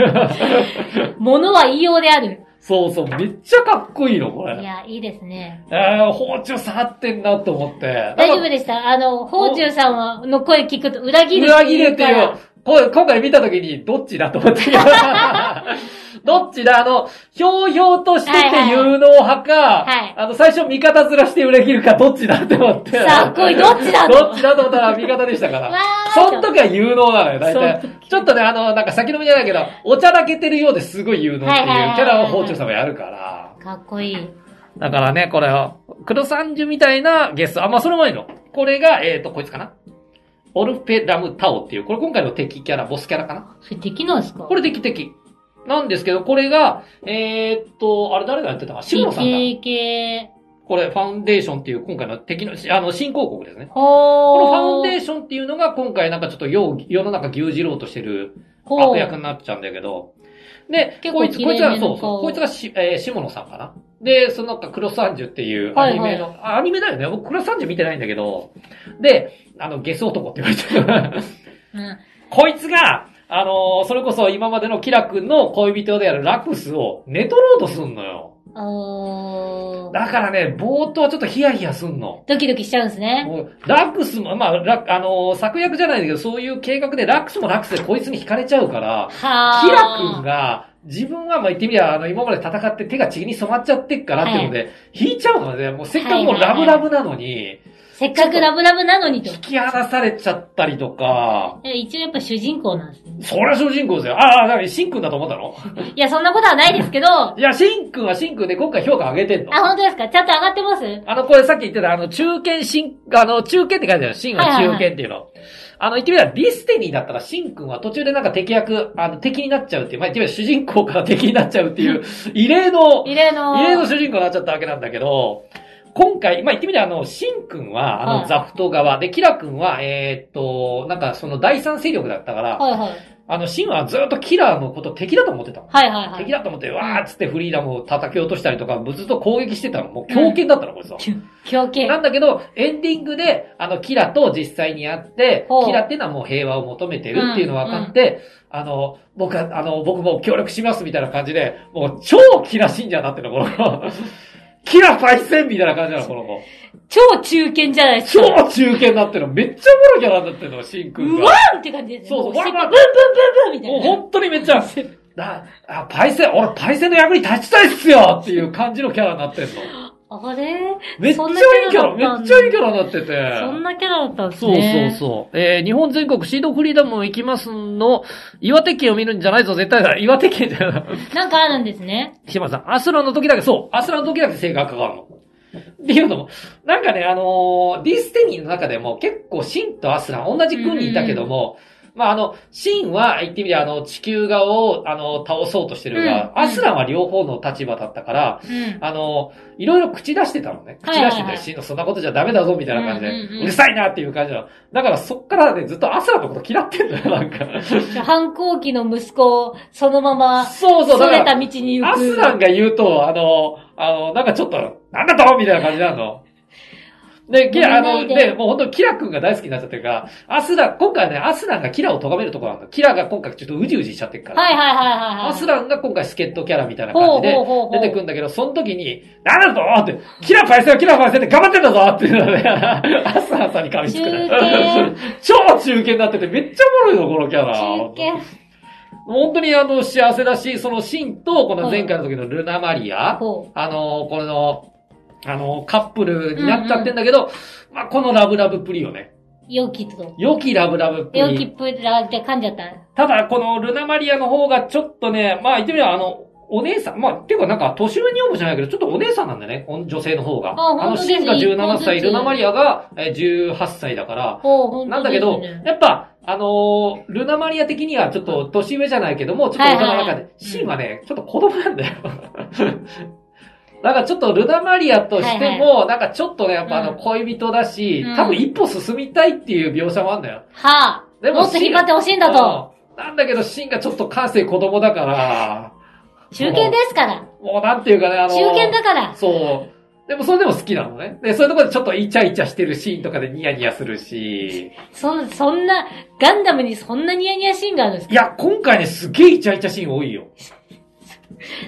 S2: 物は言いようである。
S1: そうそう、めっちゃかっこいいの、こ
S2: い
S1: れ。
S2: や、いいですね。
S1: えー、包丁触ってんなと思って。
S2: 大丈夫でしたあの、宝中さんはの声聞くと裏切る
S1: 裏
S2: って
S1: 切
S2: 言
S1: れ
S2: う
S1: て
S2: から。
S1: よ。これ今回見たときに、どっちだと 思って。どっちだあの、ひょうひょうとしてて有能派か、
S2: はい
S1: あの、最初味方ずらして裏切るか、どっちだって思って。
S2: さあ、これどっちだ
S1: ど
S2: ろ
S1: っ
S2: う
S1: ちだと思ったら味方でしたか
S2: わ
S1: ら。
S2: ー
S1: その時は有能なのよ、大体
S2: その。
S1: ちょっとね、あの、なんか先の目じゃないけど、おちゃらけてるようですごい有能っていう
S2: はいはいはいはい
S1: キャラを包丁さんもやるから。
S2: かっこいい。
S1: だからね、これは、黒三十みたいなゲスト。あ、まあ、それ前の。これが、えっ、と、こいつかな。オルペラムタオっていう、これ今回の敵キャラ、ボスキャラかな。
S2: それできないですか
S1: これ敵敵。なんですけど、これが、えっ、と、あれ誰がやってたか渋野さんだ。
S2: イケイケ
S1: これ、ファウンデーションっていう、今回の敵の、しあの、新広告ですね。このファウ
S2: ほ
S1: ン
S2: ー。
S1: デーションっていうのが、今回なんかちょっと世を世の中牛耳ろうとしてる
S2: ほう
S1: 悪役になっちゃうんだけど。で、
S2: 結構
S1: こいつ、
S2: 綺
S1: こいつ
S2: 麗
S1: が、
S2: めの
S1: そうそう、
S2: 顔
S1: こいつがし、えー、下野さんかな。で、そのなんか、クロスアンジュっていうア
S2: はい
S1: ニ
S2: はい
S1: メの、あアニメだよね。僕、クロスアンジュ見てないんだけど、で、あの、ゲス男って言われてる。
S2: うん。
S1: こいつが、あのーそれこそ今までのキラ君の恋人であるラクスを寝取ろうとすんのよ。
S2: おー。
S1: だからね、冒頭はちょっとヒヤヒヤすんの。
S2: ドキドキしちゃうんですね。
S1: もうラックスも、まあ、ラあのー策略じゃないんだけど、そういう計画でラックスもラックスでこいつに惹かれちゃうから、
S2: はー。
S1: キラ君が、自分はまあ言ってみりゃ、あの、今まで戦って手が血に染まっちゃってっからっていうので、引いちゃうので、もうせっかくもう
S2: はいは
S1: ラ
S2: い
S1: ブ
S2: はい
S1: ラブなのに、
S2: せっかくラブラブなのにと。
S1: 引き離されちゃったりとか、
S2: え一応やっぱ主人公なんですね。
S1: そりゃ主人公ですよ。ああ、だからシンくんだと思ったの
S2: いや、そんなことはないですけど、あ、
S1: いや、シンくんはシンくんで今回評価上げてんの。
S2: 本当ですかちゃんと上がってます
S1: あの、これさっき言ってた、あの、中堅新、あの、中堅って書いてある。新は中堅っていうの。あの、言ってみたら、ディスティニーだったら、シン君は途中でなんか敵役、あの、敵になっちゃうっていう、まあ、言ってみれば主人公から敵になっちゃうっていう、異例の、
S2: 異例の。
S1: 異例の主人公になっちゃったわけなんだけど、今回、まあ、言ってみれば、あの、シン君は、あ
S2: は
S1: の、
S2: い
S1: ザフト側で、キラ君は、えーっと、なんかその第三勢力だったから、
S2: はいはい。
S1: あの、シンはずっとキラーのこと敵だと思ってたの。
S2: はいはいはい。
S1: 敵だと思って、わーっつってフリーダムを叩き落としたりとか、ぶつっと攻撃してたの。もう狂犬だったの、こいつは。
S2: 狂犬。
S1: なんだけど、エンディングで、あの、キラと実際に会って
S2: ほう、
S1: キラっていうのはもう平和を求めてるっていうのが分かって、あの、僕は、あの、僕も協力しますみたいな感じで、もう超キラ信者になってるの、この子。 キラパイセンみたいな感じなの、この子。
S2: 超中堅じゃないですか。
S1: 超中堅になってるの。めっちゃおもろいキャラになってるの、シンくん
S2: う
S1: が。
S2: わーんって感じですね。
S1: そうそう
S2: も尻尾
S1: わーわー
S2: ブンブンブンブンみたい
S1: もう
S2: な。
S1: 本当にめっちゃ、なあ、パイセン、俺パイセンの役に立ちたいっすよっていう感じのキャラになってるの。
S2: あれ
S1: めっちゃいいキャラ、
S2: そんなキャラだったんだ
S1: めっちゃいいキャラになってて。
S2: そんなキャラだったんです
S1: そうそう
S2: ね。う。
S1: そう。えー日本全国シードフリーダム行きますの、岩手県を見るんじゃないぞ、絶対だ。岩手県じゃない。
S2: なんかあるんですね。
S1: 島さん、アスラの時だけ、そう、アスラの時だけ性格が変わるの。っていうのも、なんかね、あのーディスティニーの中でも結構シンとアスラン同じ軍にいたけども、まあ、あの、シンは言ってみればあの、地球側を、あの、倒そうとしてるが、
S2: うんうん
S1: アスランは両方の立場だったから、
S2: うん。
S1: あの、いろいろ口出してたのね。
S2: はい
S1: 口
S2: はい
S1: 出
S2: はい
S1: してて、シンのそんなことじゃダメだぞ、みたいな感じで、
S2: う
S1: うん
S2: うんうん
S1: るさいなっていう感じの。だからそっからね、ずっとアスラのこと嫌ってんだよ、なんか。
S2: 反抗期の息子をそのまま、
S1: そうそう、だ
S2: そ
S1: か
S2: れた
S1: ら、
S2: 道に行く。
S1: アスランが言うと、あの、あの、なんかちょっと、なんだとみたいな感じなの。で、キラ、あ
S2: ご
S1: の、
S2: めんないで
S1: で、もう本当キラ君が大好きになっちゃってるから、アスラン、今回はね、アスランがキラを咎めるところなんだ。キラが今回ちょっとうじうじしちゃってるから。
S2: はいはいはいはいはい。
S1: アスランが今回助っ人キャラみたいな
S2: ほ
S1: 感
S2: う
S1: じで
S2: ほうほうほう。
S1: 出てくるんだけど、その時に、なんだぞって、キラパイセン、キラパイセンって頑張ってんだぞっていうの で、アスランさんに噛みつく
S2: 中堅。
S1: 超中堅になってて、めっちゃおもろいぞ、このキャラ。
S2: 中堅。
S1: 本当にあの、幸せだし、そのシンと、この前回の時のルナマリア、
S2: ほ
S1: あの、この、あの、カップルになっちゃってんだけど、まあ、このラブラブプリよね。
S2: う。良きと。
S1: 良きラブラブプ
S2: 良き
S1: リ。
S2: ぷらって噛んじゃった。
S1: ただ、このルナマリアの方がちょっとね、まあ、言ってみれば、あの、お姉さん、まあ、っていうかなんか、年上女房じゃないけど、ちょっとお姉さんなんだよね、お女性の方が。
S2: あ
S1: の、
S2: 本当です
S1: シンが17
S2: 一歩ず
S1: 歳、
S2: つ
S1: ルナマリアがえー18歳だから、
S2: ほう、ほん
S1: なんだけど、やっぱ、あのールナマリア的にはちょっと年上じゃないけども、ちょっと大人の
S2: はいは
S1: 中
S2: いは
S1: で
S2: い、
S1: シンはね、ちょっと子供なんだよ。 だからちょっとルナマリアとしても、なんかちょっとね、やっぱあ
S2: う
S1: の
S2: ん
S1: 恋人だし、
S2: うん
S1: 多分一歩進みたいっていう描写もあるんだよ。
S2: はあ、
S1: でも
S2: もっと引っ張ってほしいんだと。
S1: うん。なんだけど、シンがちょっと感性子供だから、
S2: 中堅ですから。
S1: もうなんていうかね、あのー
S2: 中堅だから。
S1: そう。でもそれでも好きなのね。で、そういうところでちょっとイチャイチャしてるシーンとかでニヤニヤするし。
S2: そん、そんな、ガンダムにそんなニヤニヤシーンがあるんですか
S1: いや、今回ね、すげえイチャイチャシーン多いよ。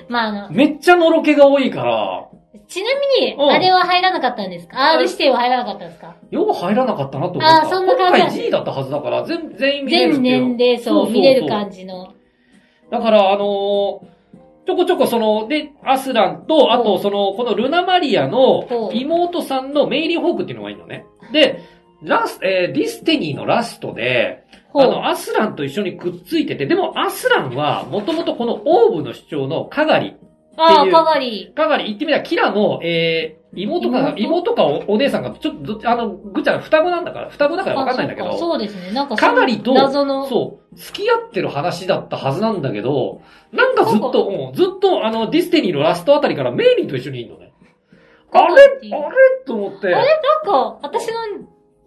S2: まああの、
S1: めっちゃのろけが多いから、
S2: ちなみに、
S1: うん
S2: あれは入らなかったんですか ?R 指定は入らなかったんですか
S1: よう入らなかったなと思った。
S2: あーそんな感じ
S1: 今回 G だったはずだから、全全員見れるって
S2: 全
S1: いう。
S2: 年齢層見れる感じの。
S1: だから、あのーちょこちょこその、で、アスランと、あ
S2: ほ
S1: とその、このルナマリアの
S2: ほう
S1: 妹さんのメイリー・ホークっていうのがいいのね。で、ラス、えーディスティニーのラストで、
S2: ほ
S1: あ
S2: う。
S1: の、アスランと一緒にくっついてて、でもアスランは、もともとこのオーブの主張のカガリ
S2: あ
S1: っ
S2: あ、
S1: ていう
S2: かがり。
S1: かがり、言ってみれば、キラの、えー、妹か、
S2: 妹
S1: 妹かおお姉さんが、ちょっとどっち、あの、ぐちゃん、双子なんだから、双子だからわかんないんだけ
S2: あそう
S1: ど、
S2: そうですね。なんか
S1: かがりと、
S2: 謎の。
S1: そう、付き合ってる話だったはずなんだけど、なんかずっと、うんずっと、あの、ディスティニーのラストあたりからメイリーと一緒にいるのね。あ
S2: か
S1: れ
S2: が
S1: あれ
S2: り
S1: と思って。
S2: あれなんか、私の、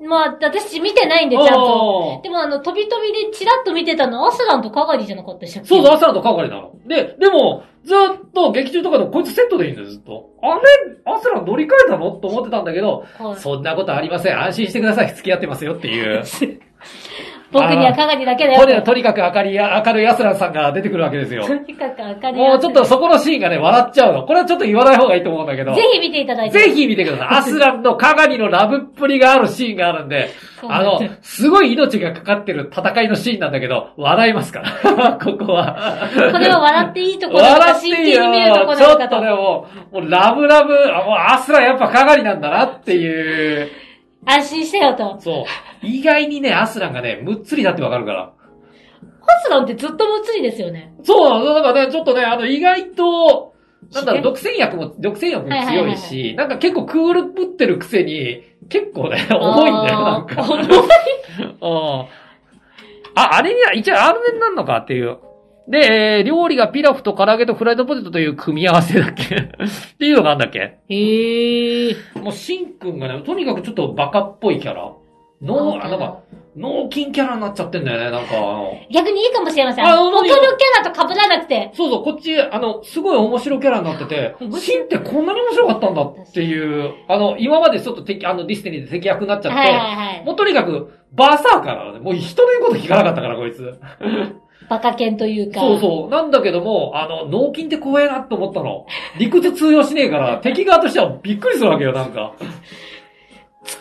S2: まあ、私見てないんで、ちゃんと。
S1: あー
S2: でもあの、飛び飛びでチラッと見てたの、アスランとかがりじゃなかったでしたっけ
S1: そうそう、アスランとカガリなの。で、でも、ずっと劇中とかでもこいつセットでいいんだよ、ずっと。あれアスラン乗り換えたのと思ってたんだけど、
S2: はい
S1: そんなことありません。安心してください。付き合ってますよって いう。
S2: 僕にはかがりだけだよ。
S1: とにとにかく明るいや、明るい安らさんが出てくるわけ ですよ。
S2: とにかく明るい。
S1: もうちょっとそこのシーンがね、笑っちゃうの。これはちょっと言わない方がいいと思うんだけど。
S2: ぜひ見ていただいて。
S1: ぜひ見て ください。アスランのカガニのラブっぷりがあるシーンがあるんで、
S2: そう
S1: あの、すごい命がかかってる戦いのシーンなんだけど、笑いますから。 ここは。
S2: これは笑っていいと ころだから
S1: 笑って
S2: 真
S1: いい
S2: 剣に見るとこ
S1: よ。
S2: ろ
S1: ちょ
S2: だ
S1: っと
S2: と。
S1: でもう、もうラブラブ、あもうアスランやっぱカガニなんだなっていう。
S2: 安心してよと。
S1: そう。意外にね、アスランがね、むっつりだってわかるから。
S2: ハスランってずっとむっつりですよね。
S1: そうなの、だからね、ちょっとね、あの、意外と、なんだろう、
S2: 知っ
S1: 独占薬も、独占薬も強いし、なんか結構クールぶってるくせに、結構ね、 重いんだよ、なんか。
S2: 重い
S1: うんあ、あれには、一応あれになんのかっていう。で、えー料理がピラフと唐揚げとフライドポテトという組み合わせだっけ っていうのがあんだっけ
S2: へえ。
S1: もう、シンくんがね、とにかくちょっとバカっぽいキャラ。脳、あ、なんか、脳筋キャラになっちゃってんだよね、なんか、あの、
S2: 逆にいいかもしれません。
S1: あ
S2: 他
S1: 本当
S2: の
S1: に
S2: キャラと被らなくて。
S1: そうそう、こっち、あの、すごい面白キャラになってて
S2: 面、白い
S1: シンってこんなに面白かったんだっていう、あの、今までちょっと敵、あの、ディスティニーで敵役になっちゃって、
S2: はいはいはい。
S1: もうとにかく、バーサーカーなのね。もう人の言うこと聞かなかったから、こいつ。
S2: バカ犬というか。
S1: そうそう。なんだけども、あの、脳筋って怖えなって思ったの。理屈通用しねえから、 敵側としてはびっくりするわけよ、なんか。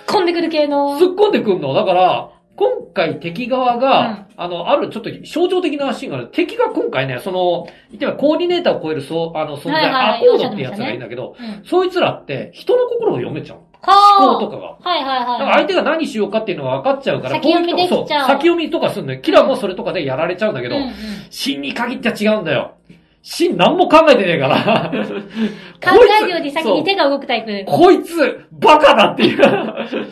S2: 突っ込んでくる系の。
S1: 突っ込んでくんの。だから、今回敵側が、あの、あるちょっと象徴的なシーンがある。敵が今回ね、その、言ってみればコーディネーターを超えるそう、あの、存在、
S2: はいはい
S1: アポードってやつがいいんだけど、
S2: うん。
S1: そいつらって人の心を読めちゃう。
S2: か
S1: 思考とかが。
S2: はいはいはい。
S1: だから相手が何しようかっていうのが分かっちゃうから、
S2: 先読み
S1: こういう人
S2: できちゃう
S1: そ先読みとかするのよ。キラもそれとかでやられちゃうんだけど、
S2: うんうん
S1: 真に限っては違うんだよ。真何も考えてねえから。
S2: 考えるより先に手が動くタイプ。
S1: こいつ、そうこいつバカだっていう。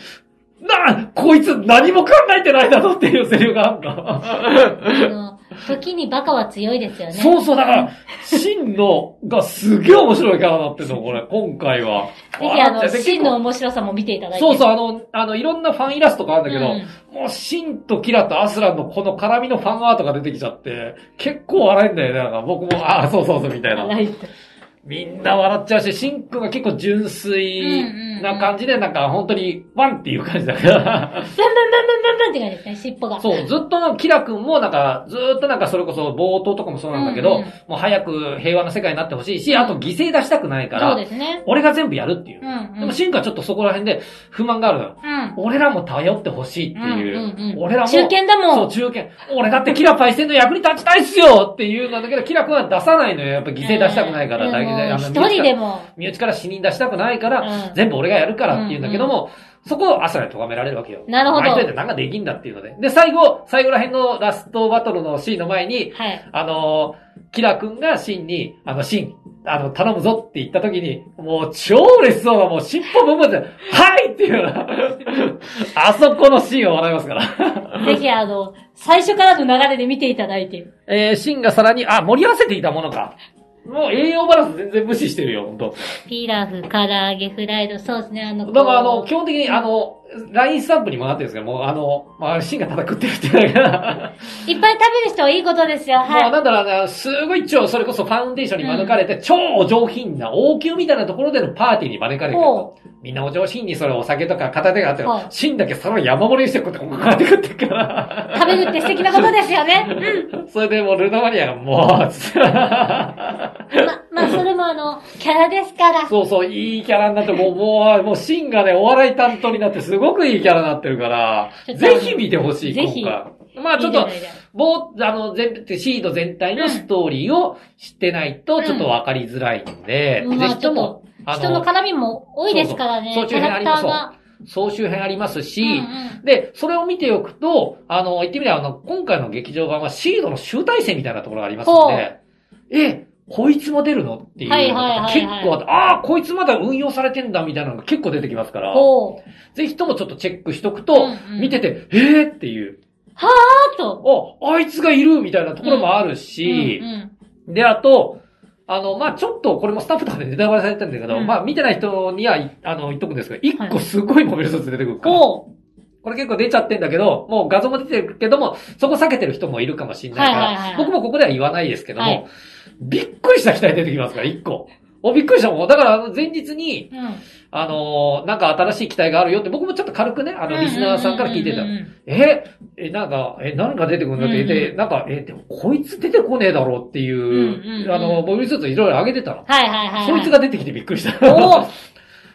S1: な、こいつ何も考えてないだろっていうセリフがあんか。
S2: あの、時にバカは強い ですよね。
S1: そうそう、だから、真のがすげえ面白いキャラになってるの、これ、今回は。
S2: ぜひあ
S1: 笑っ
S2: の、
S1: ちゃう
S2: 真の面白さも見ていただいて。。
S1: そうそうう、あの、あの、いろんなファンイラストがあるんだけど、もう、シンとキラとアスランのこの絡みのファンアートが出てきちゃって、結構笑えんだよね。なんか僕も、ああ、そうそうそう、みたいな。みんな笑っちゃうし、シンくんが結構純粋な感じで、なんか本当に、ワンっていう感じだ から。
S2: ブンブンブンブンブンブンって感じですね、尻尾が。
S1: そう、ずっとのキラくんもなんか、ずっとなんかそれこそ冒頭とかもそうなんだけど、
S2: うんうん
S1: もう早く平和な世界になってほしいし、あと犠牲出したくないか
S2: そう
S1: ら、
S2: ですね。
S1: 俺が全部やるっていうう。
S2: ん、うん。
S1: でもシンくんはちょっとそこら辺で不満があるのよ。
S2: うん。
S1: 俺らも頼ってほしいっていう。
S2: うんうんうん
S1: 俺らも。
S2: 中堅だもん。
S1: そう、中堅。俺だってキラパイセンの役に立ちたいっすよっていうのだけど、キラ君は出さないのよ。やっぱ犠牲出したくないから、
S2: うん
S1: だけで。あの
S2: 一人で。も。
S1: 身内から死人出したくないから、
S2: うん
S1: 全部俺がやるからっていうんだけども、そこを朝に咎められるわけよ。
S2: なるほど
S1: あいつだってなんかできんだっていうので。で、最後、最後ら辺のラストバトルのシーンの前に、
S2: はい。
S1: あのーキラ君がシンに、あの、シン、あの、頼むぞって言った時に、もう超嬉しそうな、もう尻尾ぶんぶんで、はいっていうような あそこのシーンを笑いますから。
S2: ぜひあの、最初からの流れで見ていただいて。
S1: えー、芯がさらに、あ、盛り合わせていたものか。もう栄養バランス全然無視してるよ、ほんと。
S2: ピラフ、唐揚げ、フライド、そうですね、あの、
S1: だからあの、
S2: こ
S1: 基本的にあの、ラインスタンプにもなってるんですけど、もうあの、まあ、芯がただ食ってるっていうだけ だ
S2: ういっぱい食べる人はいいことですよ、
S1: まあ、
S2: は
S1: なんだろうな、すごい超、それこそファウンデーションに招かれて、超お上品な、王宮みたいなところでのパーティーに招かれてる
S2: ほ
S1: と。みんなお上品にそれお酒とか片手があって
S2: はい、
S1: 芯だけその山盛りにしてこうやってこうやって食ってるから。
S2: い。食べるって素敵なことですよね。う ん。
S1: それでもうルナマリアがもう、つって
S2: ま、まあ、それもあの、キャラですから。
S1: そうそう、いいキャラになって、もう、もう、もう、シンがね、お笑い担当になって、すごくいいキャラになってるから、
S2: ちょっと
S1: ぜひ見てほしい、
S2: ぜひ
S1: 今回。まあちょっと
S2: いいじゃない、じゃない
S1: ぼう、あの、全、シード全体のストーリーを知ってないと、
S2: うん
S1: ちょっとわかりづらいんで、
S2: うん
S1: ぜひとも、あ
S2: 人の
S1: の、
S2: 絡みも多いですからね、
S1: そうそう
S2: キャラクターが。
S1: 総集編ありますし、
S2: うん
S1: で、それを見ておくと、あの、言ってみれば、あの、今回の劇場版はシードの集大成みたいなところがありますので、え、こいつも出るのっていうのが
S2: はいはいはいはい
S1: 結構あって、ああ、こいつまだ運用されてんだみたいなのが結構出てきますから、
S2: ほう。
S1: ぜひともちょっとチェックしとくと、
S2: うんうん
S1: 見てて、えーっていう、
S2: あと、
S1: あ、あいつがいるみたいなところもあるし
S2: うん、うん
S1: で、あと、あの、まあ、ちょっと、これもスタッフとかでネタバレされてるんだけど、
S2: うん
S1: まあ、見てない人には、いあの、言っとくんですけど、一個すごいモビルスーツ出てくるから、
S2: ほ
S1: これ結構出ちゃってんだけど、もう画像も出てるけども、そこ避けてる人もいるかもしれないから、
S2: はいはいはい
S1: 僕もここでは言わないですけども、
S2: はい
S1: びっくりした機体出てきますから、一個。お、びっくりしたもん。だから、あの前日に、
S2: う。うん。
S1: あのーなんか新しい機体があるよって、僕もちょっと軽くね、あの、リスナーさんから聞いてた。え、え、なんか、え、何が出てくるんだって言って、
S2: うんう
S1: なんか、え、でもこいつ出てこねえだろうっていう、
S2: うんうんうん
S1: あの、ボビースーツいろいろ上げてたの。
S2: はいはいはい。
S1: そいつ
S2: が。
S1: が出てきてびっくりした。
S2: おー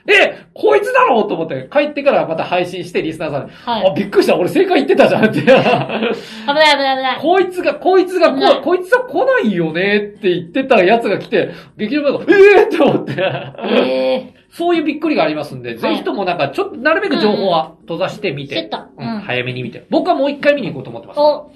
S1: え、こいつだろうと思って、帰ってからまた配信して、リスナーさんに、
S2: はい
S1: あ、びっくりした、俺正解言ってたじゃんって。
S2: 危ない危ない危ない。
S1: こいつが、こいつが
S2: う
S1: こ、
S2: ん
S1: こいつは来ないよねって言ってたやつが来て、劇場版が、ええー、って思って。
S2: ええ
S1: そういうびっくりがありますんで、ぜひともなんか、ちょっと、なるべく情報は閉ざしてみ
S2: セッ
S1: て、
S2: ト。
S1: うん、早めに見て。僕はもう一回見に行こうと思ってます。
S2: お、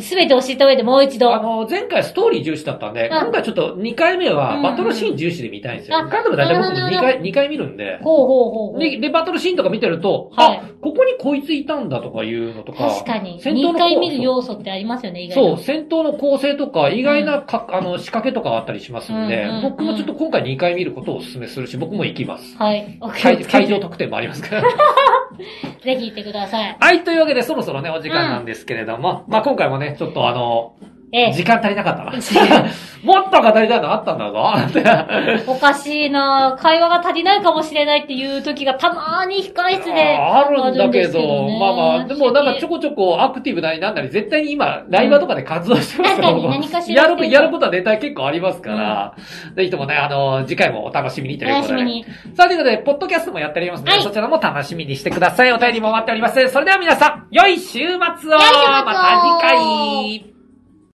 S2: すべてを知った上でもう一度。
S1: あの、前回ストーリー重視だったんで、
S2: あ
S1: 今回ちょっと2回目は
S2: うん
S1: バトルシーン重視で見たいんですよ。
S2: あ
S1: ガンダム大体僕も
S2: なるほど
S1: 2回、二回見るんで。
S2: ほうほうほうほう。
S1: で、でバトルシーンとか見てると、
S2: はい
S1: あ、ここにこいついたんだとかいうのとか、
S2: 確かに。
S1: 戦闘の
S2: 2回見る要素ってありますよね、意外
S1: そう、
S2: と。
S1: 戦闘の構成とか、意外なか、あの、仕掛けとかあったりしますんで、
S2: うんうんうん
S1: 僕もちょっと今回2回見ることをお勧めするし、僕も行きます。
S2: はい。お気をつ
S1: 会
S2: けて
S1: 会場特典もありますから。
S2: ぜひ行ってください。
S1: はい、というわけでそろそろね、お時間なんですけれども、まあ今回もね、ちょっとあの、
S2: え
S1: 時間足りなかったな。もっと語りたいのあったんだぞ。
S2: え、おかしいな会話が足りないかもしれないっていう時がたまーに控室 で。
S1: あるんだけど、
S2: あるんですけどね
S1: まあまあ、でもなんかちょこちょこアクティブなりなんなり、絶対に今、ライバーとかで活動してますから、
S2: うん確かに
S1: 僕
S2: 何かしら
S1: やること、やることはネタ結構ありますから、ぜひともね、あの、次回もお楽しみにと
S2: お
S1: いうこ
S2: 楽
S1: と
S2: し
S1: で。
S2: みに。
S1: さあ、ということで、ポッドキャストもやっておりますので、
S2: はい
S1: そちらも楽しみにしてください。お便りも待っております。それでは皆さん、良い週末を
S2: い週末を
S1: また次回